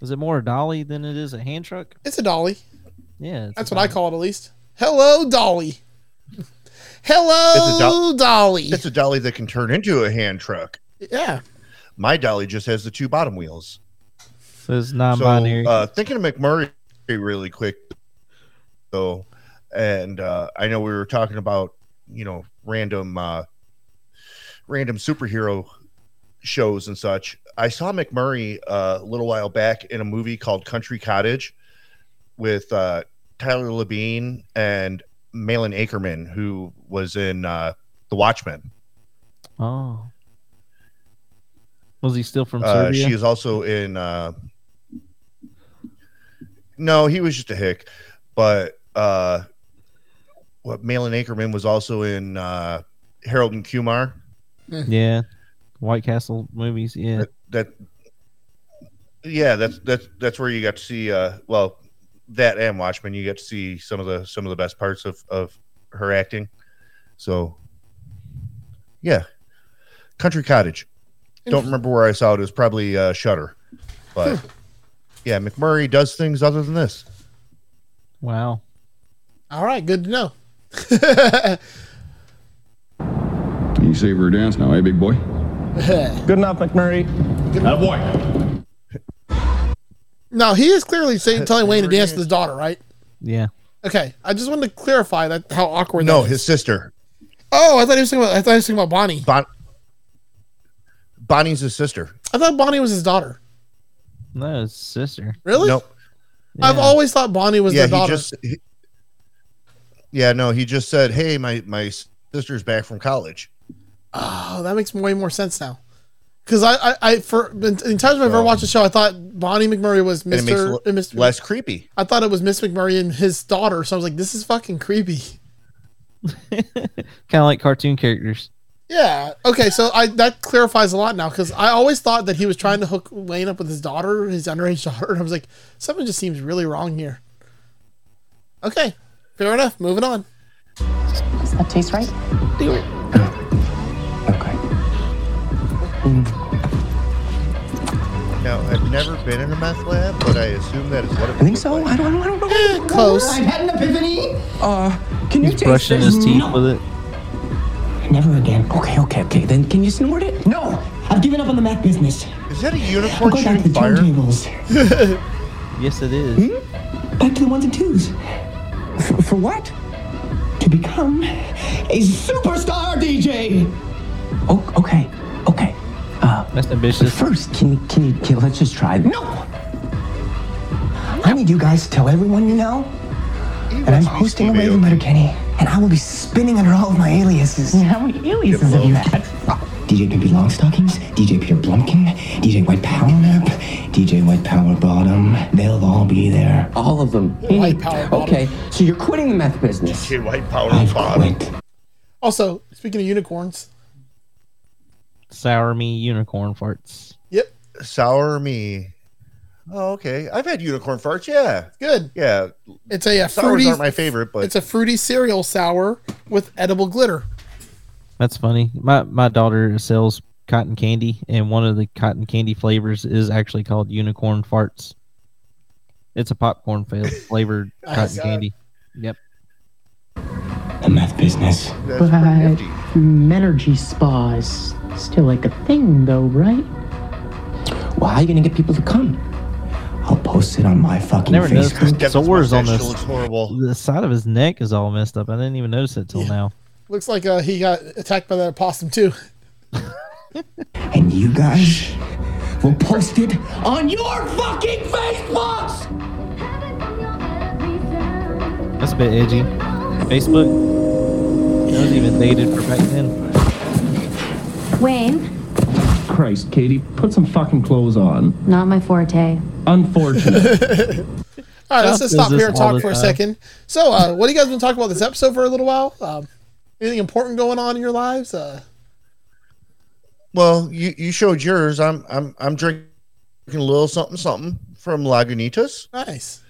Is it more a dolly than it is a hand truck? It's a dolly. Yeah. it's a That's what I call it at least. Hello, dolly. <laughs> Hello, doll- Oh, dolly. It's a dolly that can turn into a hand truck. yeah. My dolly just has the two bottom wheels. So it's so non-binary. uh, thinking of McMurray really quick, though, and uh, I know we were talking about you know random uh, random superhero shows and such. I saw McMurray uh, a little while back in a movie called Country Cottage with uh, Tyler Labine and Malin Akerman, who was in uh, The Watchmen. oh. Was he still from Uh, Serbia? she is also in. Uh, no, he was just a hick, but uh, what Malin Akerman was also in uh, Harold and Kumar. <laughs> yeah. White Castle movies. Yeah. That, that yeah, that's that's that's where you got to see. Uh, well, that and Watchmen, you got to see some of the some of the best parts of of her acting. So, yeah, Country Cottage. Don't remember where I saw it. It was probably uh, Shutter, but yeah, McMurray does things other than this. Wow. All right, good to know. yeah, Can you save her a dance now, eh, big boy? Good enough, McMurray. boy. No, he is clearly <laughs> saying, telling Wayne to dance with his daughter, right? Yeah. Okay, I just wanted to clarify that how awkward. No, that is. his sister, Oh, I thought he was talking about. I thought he was talking about Bonnie. bon- Bonnie's his sister. I thought Bonnie was his daughter. No, it's sister. Really? Nope. I've Yeah. always thought Bonnie was yeah, the he daughter. just. he- yeah, no, he just said, "Hey, my my sister's back from college." Oh, that makes way more sense now. Because I, I, I, for in in times I've ever So- watched the show, I thought Bonnie McMurray was And it makes Mister. it Mr. less creepy. I thought it was Miss McMurray and his daughter. So I was like, this is fucking creepy. Kind of like cartoon characters. Yeah. Okay. So I that clarifies a lot now because I always thought that he was trying to hook Wayne up with his daughter, his underage <laughs> daughter, and I was like, something just seems really wrong here. Okay. Fair enough. Moving on. That tastes right? Do it. Now, I've never been in a meth lab, but I assume that is what it I think so. I don't, I don't, I don't know. Close. I've had an epiphany. Uh, can you taste brushing this? his teeth No. with it. Never again. Okay, okay, okay. Then can you snort it? No. I've given up on the meth business. Is that a I'll unicorn go back to shooting the fire? turntables. <laughs> Yes, it is. back to the ones and twos. F- for what? To become a superstar DJ. Oh, okay, okay. Uh, That's ambitious. First, can you, can you, can, let's just try. No! I need you guys to tell everyone you know that I'm hosting a rave in Letterkenny, and I will be spinning under all of my aliases. How many aliases have you had? DJ Pimpy Longstockings, DJ Peter Blumpkin, DJ White Power Map, DJ White Power Bottom. They'll all be there. All of them. White Power Bottom. Okay, so you're quitting the meth business. DJ White Power Bottom. Also, speaking of unicorns, Sour me unicorn farts. yep, Sour me. Oh, okay. I've had unicorn farts. Yeah. good. Yeah. It's a, a Sours fruity. aren't my favorite, but It's a fruity cereal sour with edible glitter. That's funny. My my daughter sells cotton candy, and one of the cotton candy flavors is actually called unicorn farts. It's a popcorn fa- flavored Oh, cotton God. candy. Yep. The meth business. that's But pretty hefty. Menergy Spa is still like a thing, though, right? Well, how are you gonna get people to come? I'll post it on my fucking Never noticed Facebook. his sores on mustache this. still looks horrible. The side of his neck is all messed up. I didn't even notice it till now. Looks like uh, he got attacked by that opossum too. and you guys will post it on your fucking Facebooks! That's a bit edgy. Facebook. That was even dated for back then. Wayne, Christ, Katie, put some fucking clothes on. not my forte. <laughs> Unfortunate. All right, let's Stop just stop does this here and all talk the uh, for a time. second. So, uh, what do you guys been talking about this episode for a little while? Um, anything important going on in your lives? Uh, Well, you, you showed yours. I'm I'm I'm drinking a little something something from Lagunitas. nice.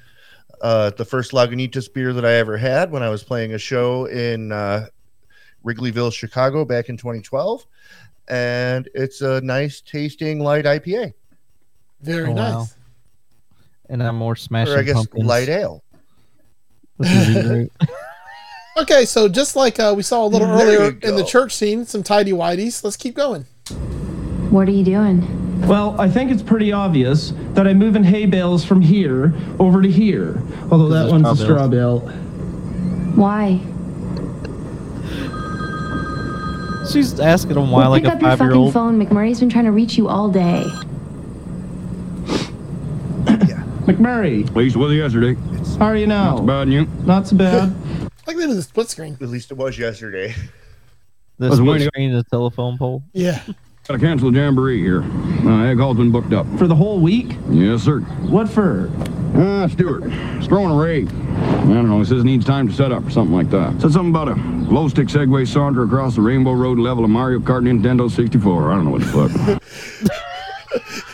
Uh, the first Lagunitas beer that I ever had when I was playing a show in uh, Wrigleyville, Chicago, back in 2012, and it's a nice tasting light IPA, Very Oh, nice. wow. And I'm more smashing or I guess pumpkins. light ale. This <laughs> is either- Okay, so just like uh, we saw a little There earlier you in the go. church scene, some tidy whities. Let's keep going. What are you doing? well, I think it's pretty obvious that I'm moving hay bales from here over to here. Although that Those one's are a straw straw bale. Why? She's asking him why, Well, like pick a up your five year fucking old. phone. McMurray's been trying to reach you all day. McMurray, Well, he's with you yesterday. how are you Not now? bad, and you. Not so bad. Like they did the split screen. At least it was yesterday. The Listen, split Wayne- screen and the telephone pole. <laughs> Yeah. Got to cancel the jamboree here. Uh, Egg Hall's been booked up. For the whole week? Yes, sir. What for? Ah, Stuart, he's throwing a rave. I don't know. He says it needs time to set up or something like that. Said something about a glow stick Segway saunter across the Rainbow Road level of Mario Kart Nintendo 64. I don't know what the fuck. <laughs>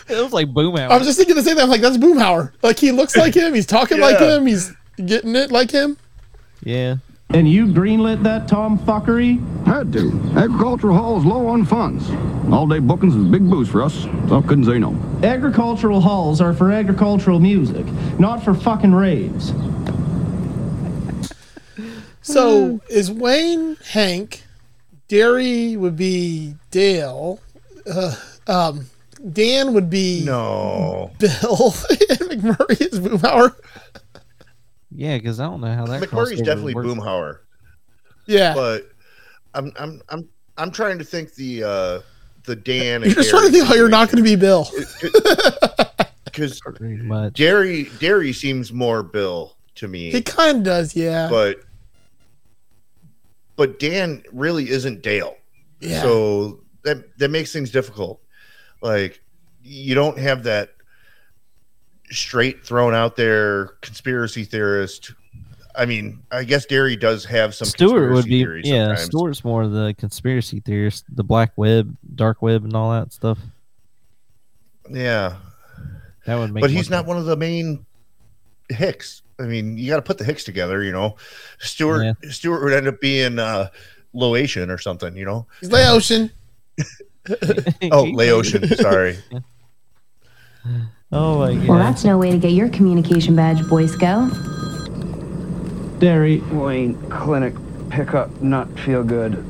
It was like boom out. I was just thinking the same thing. I'm like, that's Boomhauer. Like he looks like him. He's talking like Yeah. him. He's getting it like him. <laughs> yeah. And you greenlit that tomfuckery? Had to. Agricultural Hall's low on funds. All day bookings is a big boost for us, so I couldn't say no. Agricultural halls are for agricultural music, not for fucking raves. So Mm-hmm. is Wayne Hank? Derry would be Dale. Uh, um, Dan would be No, Bill. <laughs> and McMurray is Boomhauer. Yeah, because I don't know how that McMurray's crossover definitely works. Boomhauer. Yeah. but I'm I'm I'm I'm trying to think the uh the Dan. You're just trying to think how you're not going to be Bill. because <laughs> Pretty much. Jerry Jerry seems more Bill to He me, kind of does, yeah. but but Dan really isn't Dale, yeah. so that that makes things difficult. Like you don't have that straight thrown out there conspiracy theorist. I mean, I guess Derry does have some Stewart would conspiracy theory be yeah. sometimes. Stewart's more the conspiracy theorist, the black web, dark web, and all that stuff. Yeah, That would make. but more he's not sense. one of the main Hicks. I mean, you got to put the Hicks together, you know. Stewart Stewart would end up being uh, Loatian or something, you <laughs> know. He's <laughs> Laotian. <laughs> Oh, Laotian. <laughs> Sorry. Oh my Well, that's no way to get your communication badge, Boy Scout. Dairy. Wayne, clinic, pickup, not feel <laughs> good.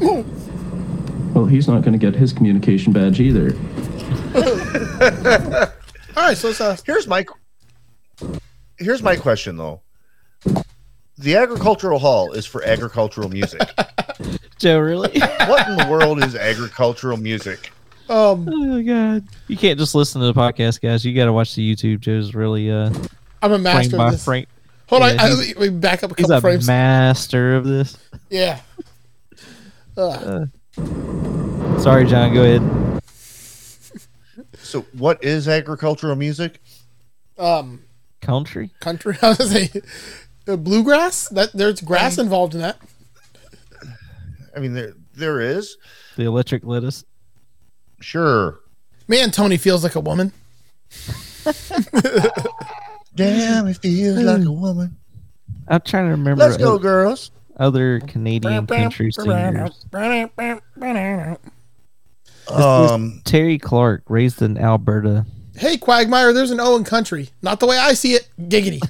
Well, he's not going to get his communication badge either. Um, <laughs> All right, so it's, uh, here's my here's my question though. The agricultural hall is for agricultural <laughs> music. Joe, really? <laughs> what in the world is agricultural music? Um, oh my god, you can't just listen to the podcast, guys. You got to watch the YouTube. Joe's really uh, I'm a frame master by of this. frame. Hold on, Yeah, I, he's- let me back up a He's couple a frames. master of this. Yeah. Ugh. Sorry, John. Go ahead. So what is agricultural music? um, Country. country. <laughs> I was gonna say uh, bluegrass. That there's grass involved in that. I mean there there is. The electric lettuce. Sure. Man, Tony feels like a woman. <laughs> Damn, it feels like a woman. I'm trying to remember. Let's go, oth- girls. Other Canadian country singers. Um, Terry Clark, raised in Alberta. Hey, Quagmire, there's an O in country. Not the way I see it. Giggity.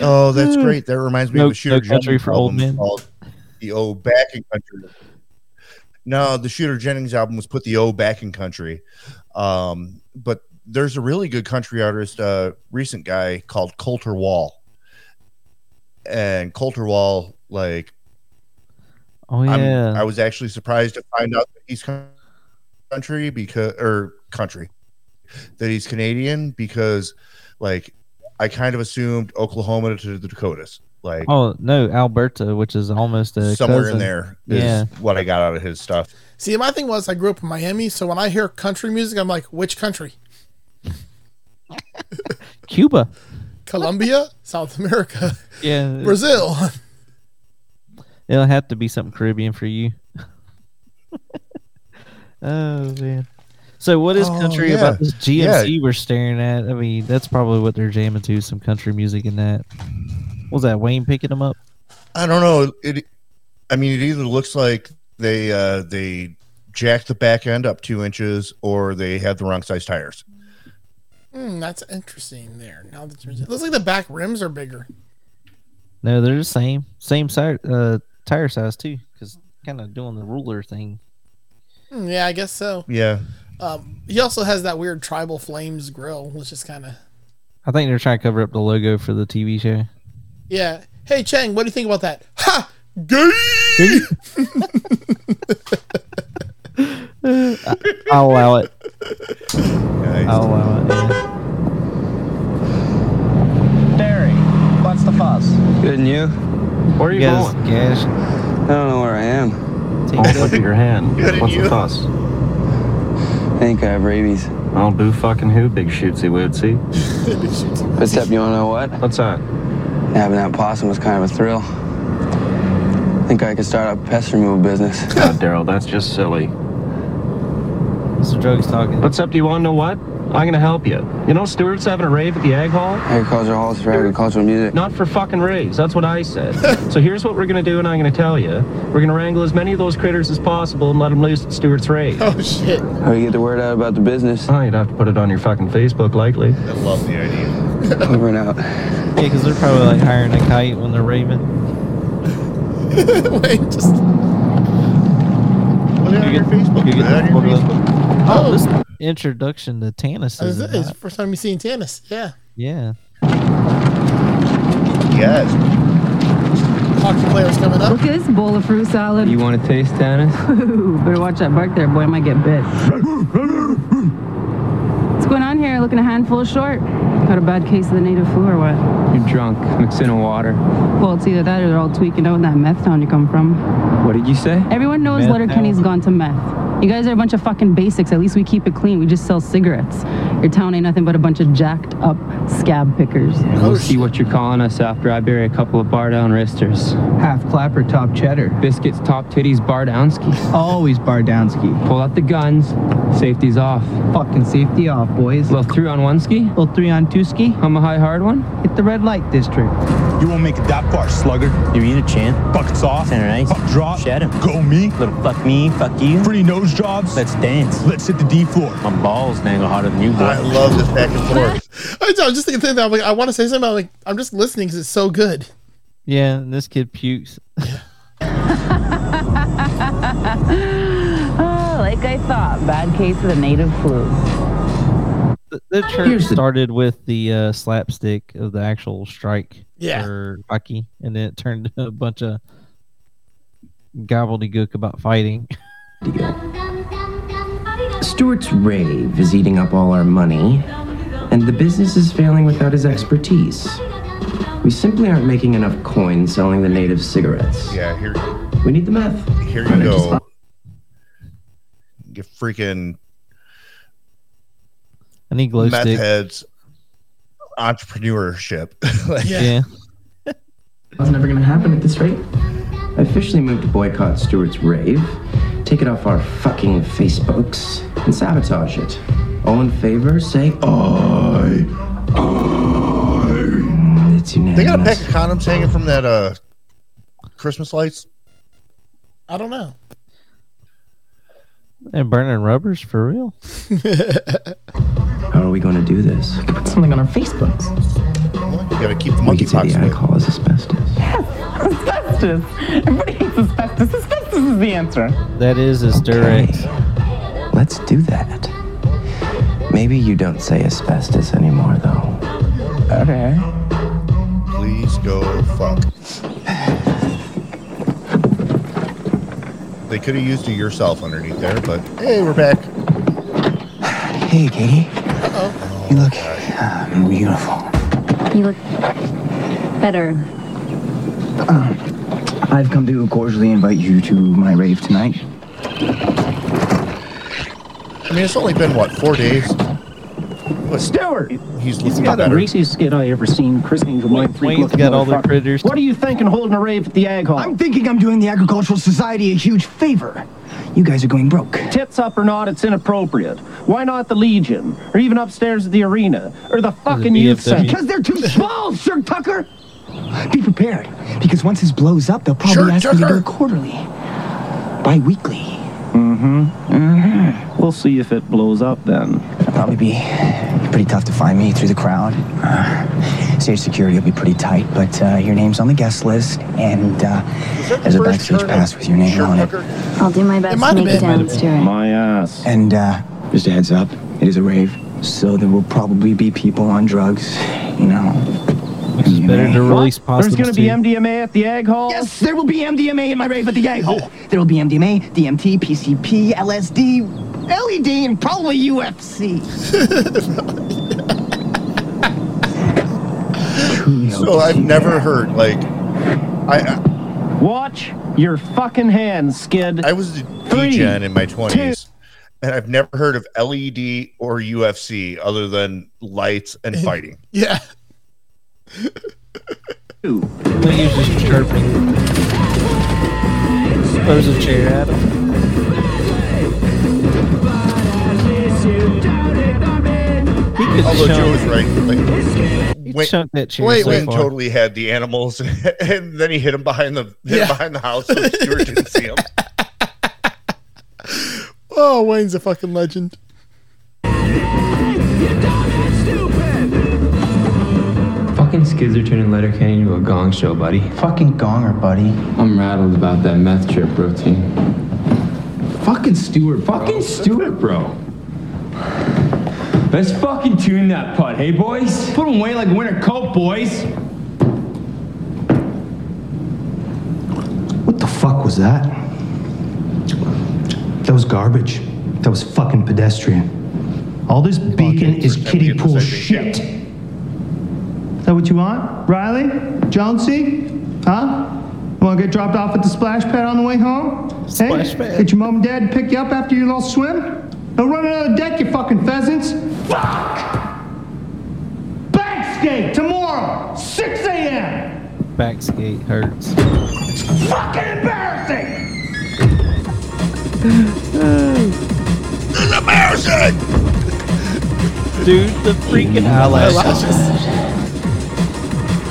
Oh, that's great. That reminds me Hmm. Mm. No- of a shooter no country Jennings for old album men. called the O Backing Country. No, the Shooter Jennings album was put the O Backing Country. Um, but there's a really good country artist, uh, recent guy called Coulter Wall. And Coulter Wall, like Oh I'm- yeah. I was actually surprised to find out that he's coun- country because or country that he's Canadian because like I kind of assumed Oklahoma to the Dakotas. Like Oh no, Alberta, which is almost a somewhere cousin. in there is yeah, what I got out of his stuff. <laughs> See, my thing was I grew up in Miami, so when I hear country music, I'm like, which country? Cuba. Colombia, South America, Yeah, Brazil. <laughs> It'll have to be something Caribbean for you. oh man. So what is Oh, country yeah. about this GMC we're staring at? I mean, that's probably what they're jamming to, some country music in that. What was that Wayne picking them up? I don't know. It I mean it either looks like they uh they jacked the back end up two inches or they had the wrong size tires. Hmm, that's interesting there. Now that you're, it looks like the back rims are bigger. No, they're the same, same size, uh, tire size too, because kind of doing the ruler thing. Hmm, yeah, I guess so. Yeah. Um, he also has that weird tribal flames grill, which is kind of I think they're trying to cover up the logo for the TV show. yeah. Hey Chang, what do you think about that? Ha, gay. <laughs> I'll allow it. Nice. I'll allow it. yeah. Derry, what's the fuss? Good and you? Where are You guys, gosh, I don't know where I am. take I'll it up. flip at your <laughs> hand. Good at What's you. the fuss? I think I have rabies. I'll do fucking who, big shootsy wootsy. What's up? You wanna know what? What's that? Having that possum was kind of a thrill. Think I could start a pest removal business. God, Daryl, that's just silly. Mr. Drugs talking. What's up? Do you want to know what? I'm gonna help you. You know, Stewart's having a rave at the Ag Hall. Agricultural halls for agricultural music. Not for fucking raves. That's what I said. so here's what we're gonna do, and I'm gonna tell you. We're gonna wrangle as many of those critters as possible and let them loose at Stewart's rave. oh shit. How do you get the word out about the business? <laughs> Oh, you'd have to put it on your fucking Facebook, likely. I love the idea. <laughs> Over and out. Yeah, because they're probably like hiring a kite when they're raving. Wait, just Put it on your Facebook. you Put get it the on your photo. Facebook. Oh, Oh, this introduction to Tanis is is it- it's the first time you seen Tannis. Yeah, yeah. Yes. hockey players coming up. Look at this bowl of fruit salad. You want to taste <laughs> tennis? Ooh, better watch that bark there, boy. I might get bit. What's going on here? Looking a handful short. Got a bad case of the native flu or what? You're drunk, mixing in water. Well, it's either that or they're all tweaking out in that meth town you come from. What did you say? Everyone knows Meth Letterkenny's town. gone to meth. You guys are a bunch of fucking basics. At least we keep it clean. We just sell cigarettes. Your town ain't nothing but a bunch of jacked up Scab pickers. <laughs> And we'll see what you're calling us after I bury a couple of bar down wristers. Half clapper, top cheddar. Biscuits, top titties, bar downski. Always bar downski. Pull out the guns. Safety's off. Fucking safety off, boys. Little three on one ski. Little three on two ski. I'm a high hard one. Hit the red light district. You won't make it that far, slugger. Your unit chan. Buckets off. Center ice. Fuck drop. Shed him. Go me. Little fuck me, fuck you. Pretty nose jobs. Let's dance. Let's hit the D floor. My balls dangle hotter than you, boy. I love this back and forth. I was just thinking that I'm like, I want to say something. I'm like, I'm just listening because it's so good. Yeah, and this kid pukes. oh, like I thought, bad case of the native flu. The, the <laughs> church started with the uh, slapstick of the actual strike Yeah. for hockey, and then it turned <laughs> to a bunch of gobbledygook about fighting. <laughs> Stuart's rave is eating up all our money, and the business is failing without his expertise. We simply aren't making enough coin selling the native cigarettes. Yeah, here We need the meth. here you go. You freaking I need glow meth stick. heads entrepreneurship. <laughs> Like, Yeah. <laughs> That's never gonna happen at this rate. I officially moved to boycott Stuart's rave, take it off our fucking Facebooks, and sabotage it. All in favor, say aye. Aye. It's They got a unanimous. pack of condoms hanging from that uh Christmas lights. I don't know. And burning rubbers for real. How are we gonna do this? Put something on our Facebooks. You gotta keep the We could say monkeypox the away. alcohol is asbestos. Asbestos. Everybody hates asbestos. Asbestos is the answer. That is his direct. Let's do that. Maybe you don't say asbestos anymore, though. Okay. Please go fuck. They could have used a yourself underneath there, but hey, we're back. Hey, Katie. You look um, beautiful. You look better. Um, I've come to cordially invite you to my rave tonight. I mean, it's only been what four days. But Stewart, he's He's looking got the better. greasiest skid I ever seen. Christine Complain freak Wayne's looking got all the motherfucker. critters. What are you thinking holding a rave at the Ag Hall? I'm thinking I'm doing the Agricultural Society a huge favor. You guys are going broke. Tits up or not, it's inappropriate. Why not the Legion? Or even upstairs at the arena? Or the fucking youth center? Because <laughs> they're too small, Sir Tucker. Be prepared, because once this blows up, they'll probably Sure, ask me to Tucker. do it quarterly, bi-weekly. Mm-hmm. Mm-hmm. We'll see if it blows up then. It'll probably be pretty tough to find me through the crowd. Uh, stage security will be pretty tight, but uh, your name's on the guest list, and uh, there's a backstage pass with your name on it. I'll do my best to make it down, Stuart. My ass. And uh, just a heads up, it is a rave, so there will probably be people on drugs, you know. Which is better to release There's possums gonna be MDMA at the Ag Hall? Yes, there will be MDMA in my rave at the Yay Hole. There will be MDMA, DMT, PCP, LSD, LED, E and probably UFC. So I've never heard like I, Watch your fucking hands, skid. I was Three, degen in my twenties, and I've never heard of LED or UFC other than lights and fighting. Yeah. He was just chirping. Throws a chair at him. Although Joe was right, like He Wayne- chunked that chair Wayne so far. totally had the animals, <laughs> and then he hit him behind the hit him behind the house, so Stuart didn't see <laughs> him. Oh, Wayne's a fucking legend. Fucking skids are turning Letterkenny into a gong show, buddy. Fucking gonger, buddy. I'm rattled about that meth trip routine. Fucking Stewart, fucking Stewart, bro. Let's fucking tune that putt, hey boys. Put him away like a winter coat, boys. What the fuck was that? That was garbage. That was fucking pedestrian. All this beacon is kiddie pool shit. Is that what you want? Riley? Jonesy? Huh? You wanna get dropped off at the splash pad on the way home? Splash hey, pad. Did your mom and dad pick you up after your little swim? Don't run another deck, you fucking pheasants! Fuck! Bang! Backgate tomorrow, 6 a.m. Backskate hurts. Fucking embarrassing! It's embarrassing! Dude, the freaking eyelashes.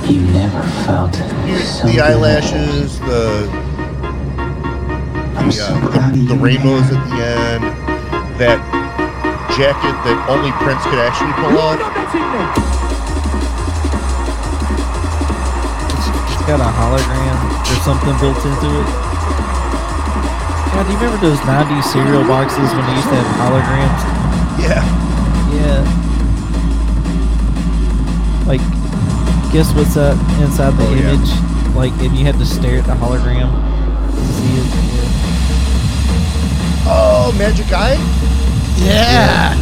You never felt the eyelashes, the the, uh, the, the rainbows at the end, that jacket that only Prince could actually pull off. It's got a hologram or something built into it. God, do you remember those 90s cereal boxes when they used to have holograms? Yeah. Yeah. Like, guess what's up inside the image? Like, and you had to stare at the hologram to see it. Oh, Magic Eye? Yeah.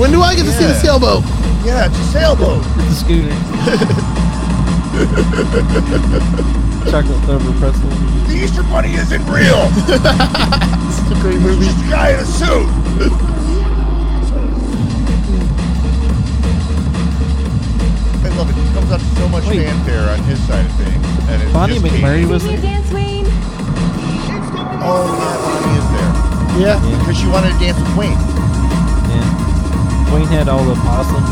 When do I get to see the Yeah. sailboat? Yeah, it's a sailboat. It's a <laughs> scooter. Chocolate covered pretzel. The Easter Bunny isn't real! it's a great movie. It's a guy in a suit! I love it. He comes up to so much fanfare on his side of things. And it's Bonnie just McMurray Katie. was there. Dance, Wayne. Oh, yeah, Bonnie is there. Yeah. Because she wanted to dance with Wayne. Yeah. Wayne had all the possums.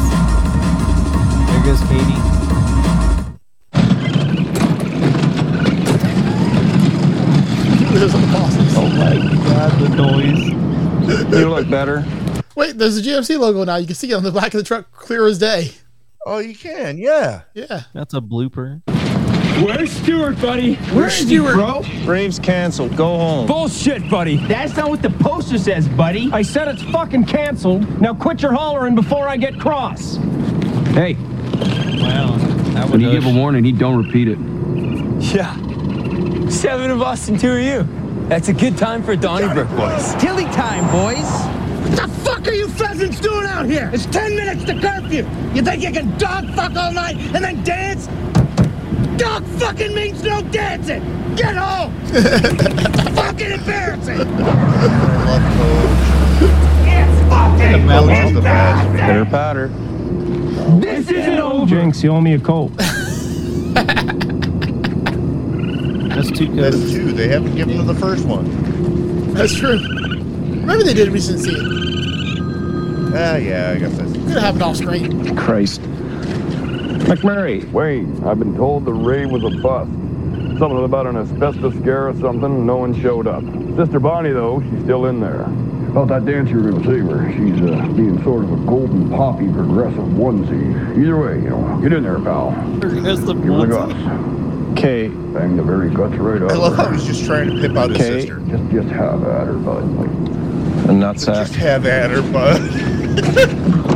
There goes Katie. There's a possum. Oh my god, the noise. You look better. Wait, there's a GMC logo now. You can see it on the back of the truck, clear as day. Oh, you can, yeah. Yeah. That's a blooper. Where's Stewart, buddy? Where's Stewart? bro? Rave's canceled. Go home. Bullshit, buddy. That's not what the poster says, buddy. I said it's fucking canceled. Now quit your hollering before I get cross. Hey, Wow. That when would you give a warning, he don't repeat it. Yeah. Seven of us and two of you. That's a good time for Donnybrook boys. Tilly time, boys. What the fuck are you pheasants doing out here? It's 10 minutes to curfew. You think <laughs> you can dog fuck all night and then dance? Dog fucking means no dancing. Get <laughs> home. fucking embarrassing. I love It's fucking Coach. Coach is the best. Pitter patter. This isn't over. Jinx, you owe me a coat. That's two That's two. They haven't given them the first one. That's true. Remember they did recently see it. Ah, yeah, I guess that's. Could have happened off screen. Christ. McMurray. Wayne, I've been told the Ray was a bust. Something about an asbestos scare or something. No one showed up. Sister Bonnie, though, she's still in there. About that dance you're going to see her. She's uh, being sort of a golden poppy progressive onesie. Either way, you know, get in there, pal. There's the Give her the blooper. guts. Okay. Bang the very guts right out. I love of her. how he's just trying to pimp out his Okay. sister. Just, just have at her, bud. Like, And not Just have at her, bud.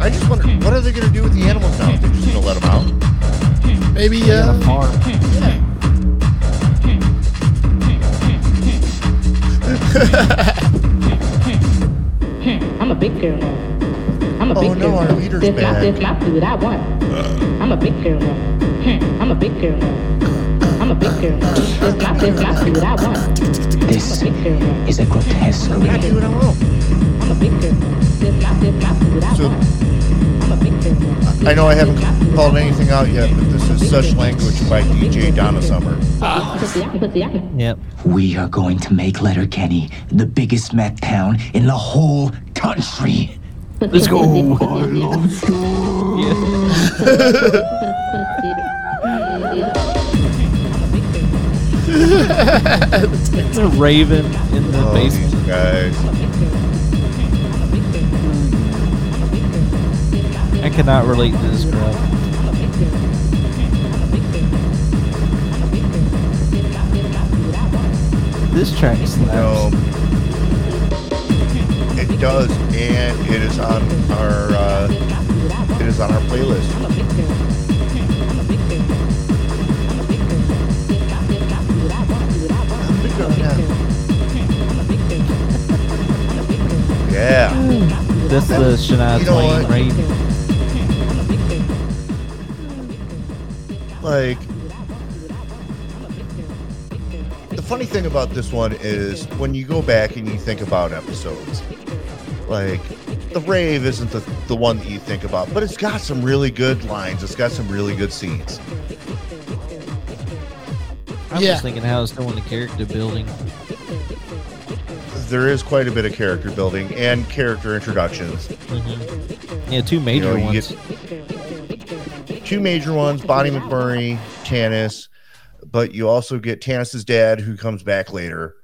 I just wonder, what are they going to do with the animals now? They're just going to let them out? Maybe uh, I'm a big girl now. I'm a Oh, big no, girl. our now. leader's This my, back. this my food. I want. I'm a big girl now. I'm a big girl now. I'm a big girl now. This my, this my food. I want. This Big girl now. is a grotesque I reading. do what I want. I'm a big girl now. This my, this my food. I So- want. I'm a big girl now. I know I haven't called anything out yet, but this is Such Language by DJ Donna Summer. Pussy, I can pussy, I can. Yep. We are going to make Letterkenny the biggest meth town in the whole country. Let's <laughs> go. I love <laughs> It's a raven in the Oh, basement. these guys. I cannot relate to this crap. This track slaps. No. It does, and it is on our uh, it is on our playlist. Yeah. That's the Shania You know Twain, what? right? Like the funny thing about this one is when you go back and you think about episodes, like the rave isn't the, the one that you think about, but it's got some really good lines. It's got some really good scenes. I'm just thinking how it's doing the character building. There is quite a bit of character building and character introductions. Mm-hmm. Yeah, two major you ones. get two major ones: Bonnie McMurray, Tannis, but you also get Tannis's dad, who comes back later.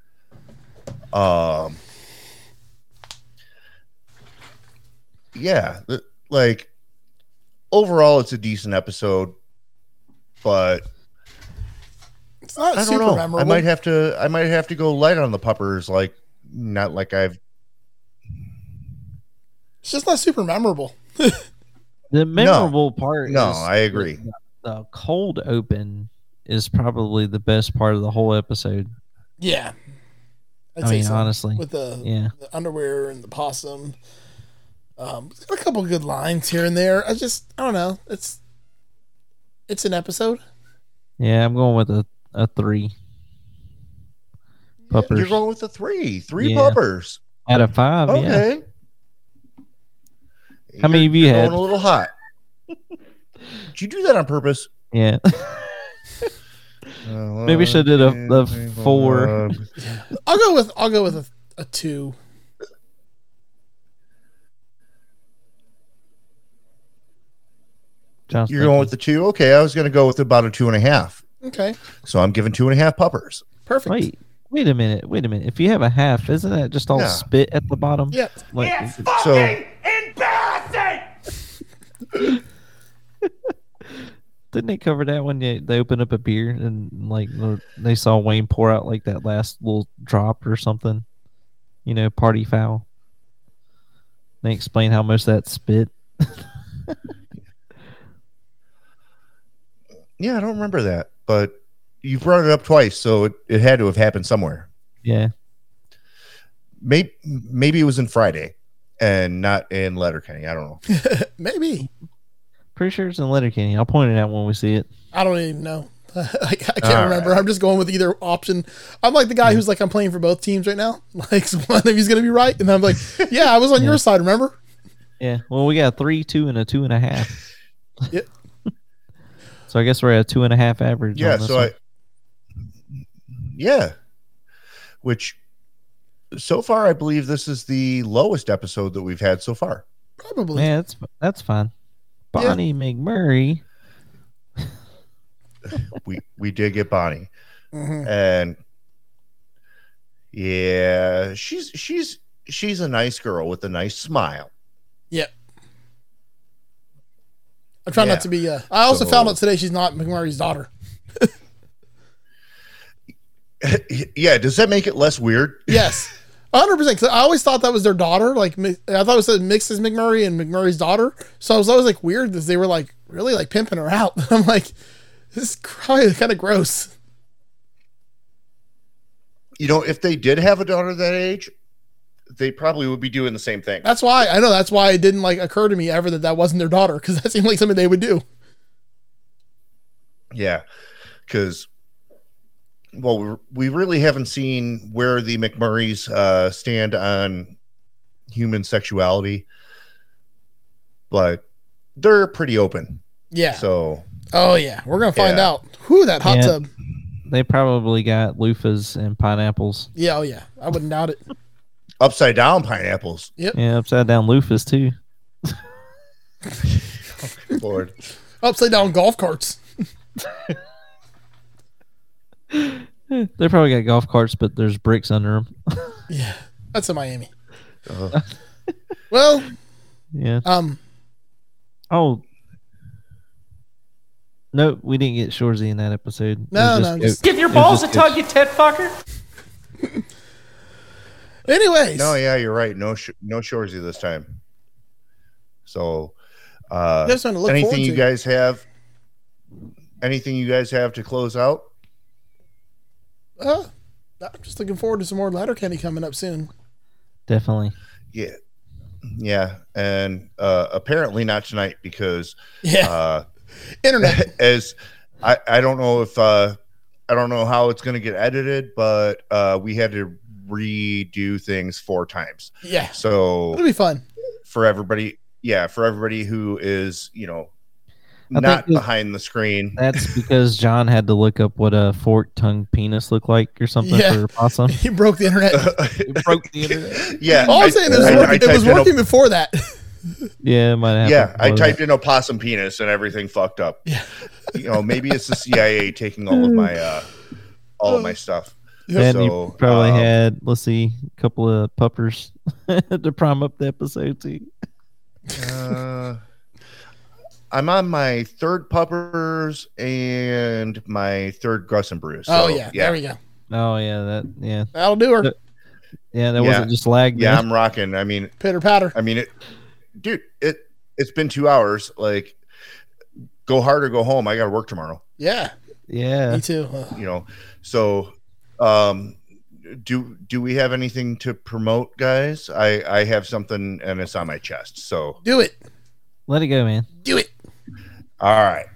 Um, yeah, th- like overall, it's a decent episode, but It's not I don't super know. memorable. I might have to. I might have to go light on the puppers. Like not like I've. it's just not super memorable. The memorable part. No, is I agree. The, the cold open is probably the best part of the whole episode. Yeah. I say mean, honestly, With the, yeah. the underwear and the possum. Um, got a couple good lines here and there. I just, I don't know. It's it's an episode. Yeah, I'm going with a, a three. Puppers. You're going with the three, three Yeah. Um, puppers. Out of five, okay, yeah. How many of you you're had? going a little hot. <laughs> Did you do that on purpose? Yeah. Maybe should did a, a Uh, four. I'll go with I'll go with a, a two. You're going with the two. Okay, I was going to go with about a two and a half. Okay, So I'm giving two and a half puppers. perfect. Wait, wait a minute, wait a minute. If you have a half, isn't that just all Yeah. spit at the bottom? Yeah. Like, So didn't they cover that when they, they opened up a beer and like the- they saw Wayne pour out like that last little drop or something? You know, party foul. They explain how much that spit. yeah, I don't remember that, but you brought it up twice, so it, it had to have happened somewhere. Yeah. Maybe maybe it was in Friday, and not in Letterkenny. I don't know. Maybe Pretty sure it's in Letterkenny. I'll point it out when we see it. I don't even know. <laughs> I, I can't All remember. I'm just going with either option. I'm like the guy who's like, I'm playing for both teams right now. <laughs> Like one of you's gonna be right, and I'm like, yeah, I was on your side. Remember? Yeah. Well, we got a three, two, and a two and <laughs> a half. Yep. <laughs> so I guess we're at a two and a half average. Yeah, on this so one. I Yeah. Which so far I believe this is the lowest episode that we've had so far. Probably. Yeah, that's that's fine. Bonnie McMurray. We we did get Bonnie. And yeah, she's she's she's a nice girl with a nice smile. Yeah. I'm trying Yeah. not to be. Uh, I also So- found out today she's not McMurray's daughter. Yeah, does that make it less weird? Yes, <laughs> 100. percent Because I always thought that was their daughter. Like mi- I thought it said mixed as McMurray and McMurray's daughter. So I was always like weird that they were like really like pimping her out. <laughs> I'm like, this is <laughs> kind of gross. You know, if they did have a daughter that age, they probably would be doing the same thing. That's why I know. That's why it didn't like occur to me ever that that wasn't their daughter because that seemed like something they would do. Yeah, because well, we we really haven't seen where the McMurrays uh, stand on human sexuality, but they're pretty open. Yeah. So Oh yeah, we're gonna find Yeah. out. Who that hot Yeah. tub? They probably got loofahs and pineapples. Yeah. Oh yeah, I wouldn't doubt it. upside <laughs> down pineapples, Yep. Yeah, upside down loofahs too. Lord. Upside down golf <laughs> carts. They probably got golf carts, but there's bricks under them. That's in Miami. Well, yeah. um, Oh. No, we didn't get Shorzy in that episode. It was No, just no, Goat. just- Give your It was balls a just tug, you tit fucker. anyways, No, yeah, you're right. No, sh- no Shorzy this time. So, uh, There's something to look anything forward you to. guys have? Anything you guys have to close out? uh, I'm just looking forward to some more ladder candy coming up soon. Definitely. Yeah. Yeah. And uh apparently not tonight because yeah. uh <laughs> <laughs> internet as I, I don't know if uh I don't know how it's going to get edited, but uh, we had to redo things four times. Yeah. So It'll be fun. for everybody. Yeah, for everybody who is you know I not think it- behind <laughs> the screen. That's because John had to look up what a fork tongue penis looked like or something Yeah. for a <laughs> possum. He broke the <laughs> internet. broke the <laughs> internet. yeah. All I- I'm saying is I- it was I working, it was typed in a- working before that. Yeah, it might have. yeah, I happened. typed in opossum penis and everything fucked up. Yeah. You know, maybe it's the CIA taking all of my uh all Oh. of my stuff. And you So probably um, had, let's see, a couple of puppers to prime up <laughs> the episode too. uh, I'm on my third puppers and my third Gruss and Brew. oh so, yeah, there we go. Oh yeah, that yeah. That'll do her. Yeah, that Yeah. wasn't just lag. Yeah, then. I'm rocking. I mean, Pitter patter. I mean it, dude. It it's been two hours. Like, go hard or go home. I got to work tomorrow. Yeah. Yeah. Me too. Uh, You know, so um, do do we have anything to promote, guys? I I have something and it's on my chest. So do it. Let it go, man. Do it. All right,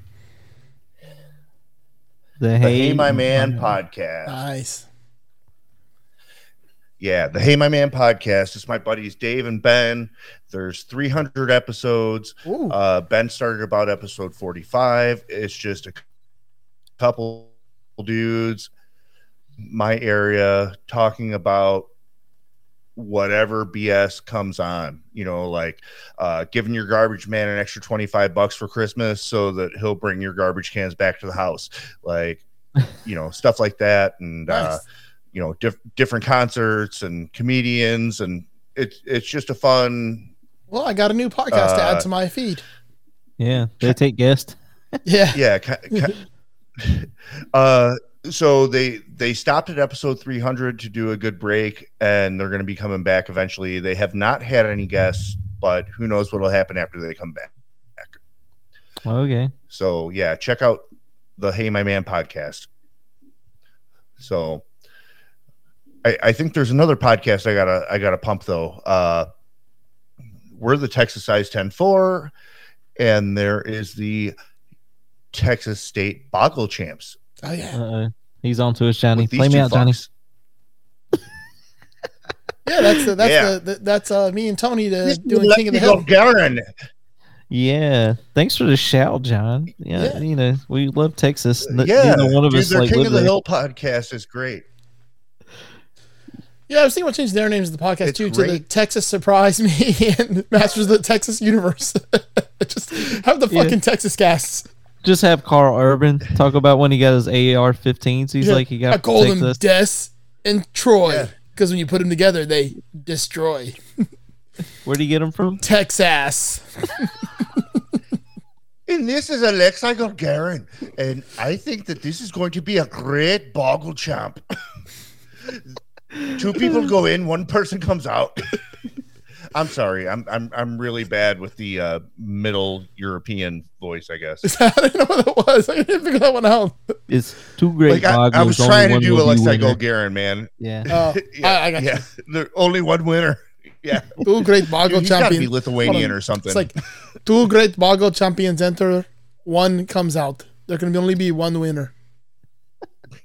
The the hey, Hey My Man podcast. Nice. Yeah, the Hey My Man podcast. It's my buddies Dave and Ben. There's 300 episodes. Uh, ben started about episode 45. It's just a couple dudes, my area, talking about whatever BS comes on. You know, like uh, giving your garbage man an extra 25 bucks for Christmas so that he'll bring your garbage cans back to the house. Like, you know, stuff like that. And, uh, Nice. you know, diff- different concerts and comedians. And it's, it's just a fun, Well, I got a new podcast to Uh, add to my feed. Yeah, they take guests. Yeah. yeah. ki- ki- <laughs> uh, so they they stopped at episode 300 to do a good break, and they're going to be coming back eventually. They have not had any guests, but who knows what'll happen after they come back. Okay. So yeah, check out the Hey My Man podcast. So I, I think there's another podcast I gotta I gotta pump though. Uh, we're the Texas Size 10 4, and there is the Texas State Boggle Champs. Oh yeah. Uh-oh. He's on to us, Johnny. With these Play me two out, Johnny. fucks. Yeah, that's the, that's Yeah. The, the, that's uh, me and Tony to doing Let King of me the go, Hill. Garen. Yeah. Thanks for the shout, John. Yeah, Yeah. you know, we love Texas. N- Yeah, neither one of dude, us their like King live of the there. Hill podcast is great. Yeah, I was thinking about changing their names to the podcast too to the great. Texas Surprise Me <laughs> and Masters of the Texas Universe. <laughs> Just have the Yeah. fucking Texas casts. Just have Carl Urban talk about when he got his AR 15s. He's Yeah, like, he got I called them Texas. Des and Troy because when you put them together, they destroy Where'd he get them from? Texas. <laughs> And this is Alexi Gagarin, and I think that this is going to be a great boggle champ. Two people go in, one person comes out. <laughs> I'm sorry, I'm I'm I'm really bad with the uh, middle European voice, I guess. I didn't know what that <laughs> was. I didn't figure that one out. It's two great Like, I, I goggles, was only trying to one do will be Alexi winner. Gagarin, man. Yeah. Oh, I, I got <laughs> yeah, there- only one winner. Yeah, you. Two great Boggle He's gotta champions. be Lithuanian Hold on. or something. It's like two great Boggle champions enter, one comes out. There can only be one winner.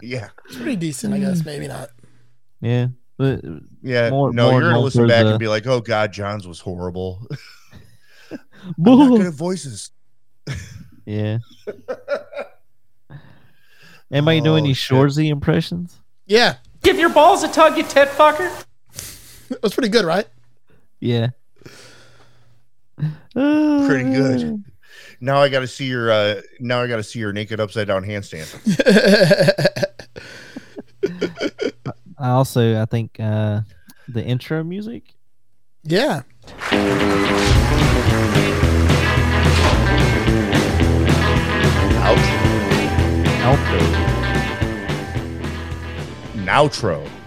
yeah, It's pretty decent, I guess. Maybe not. Yeah. But yeah. more- no, you're more and gonna more listen for back the- and be like, "Oh God, John's was horrible." I'm not good at voices. Yeah. Anybody do Oh, any shit. Shorzy impressions? Yeah. Give your balls a tug, you tit <laughs> fucker. It was pretty good, right? Yeah. pretty good. Now I got to see your uh now I got to see your naked upside down handstand. I also I think uh the intro music. Yeah. Outro. Outro. Outro.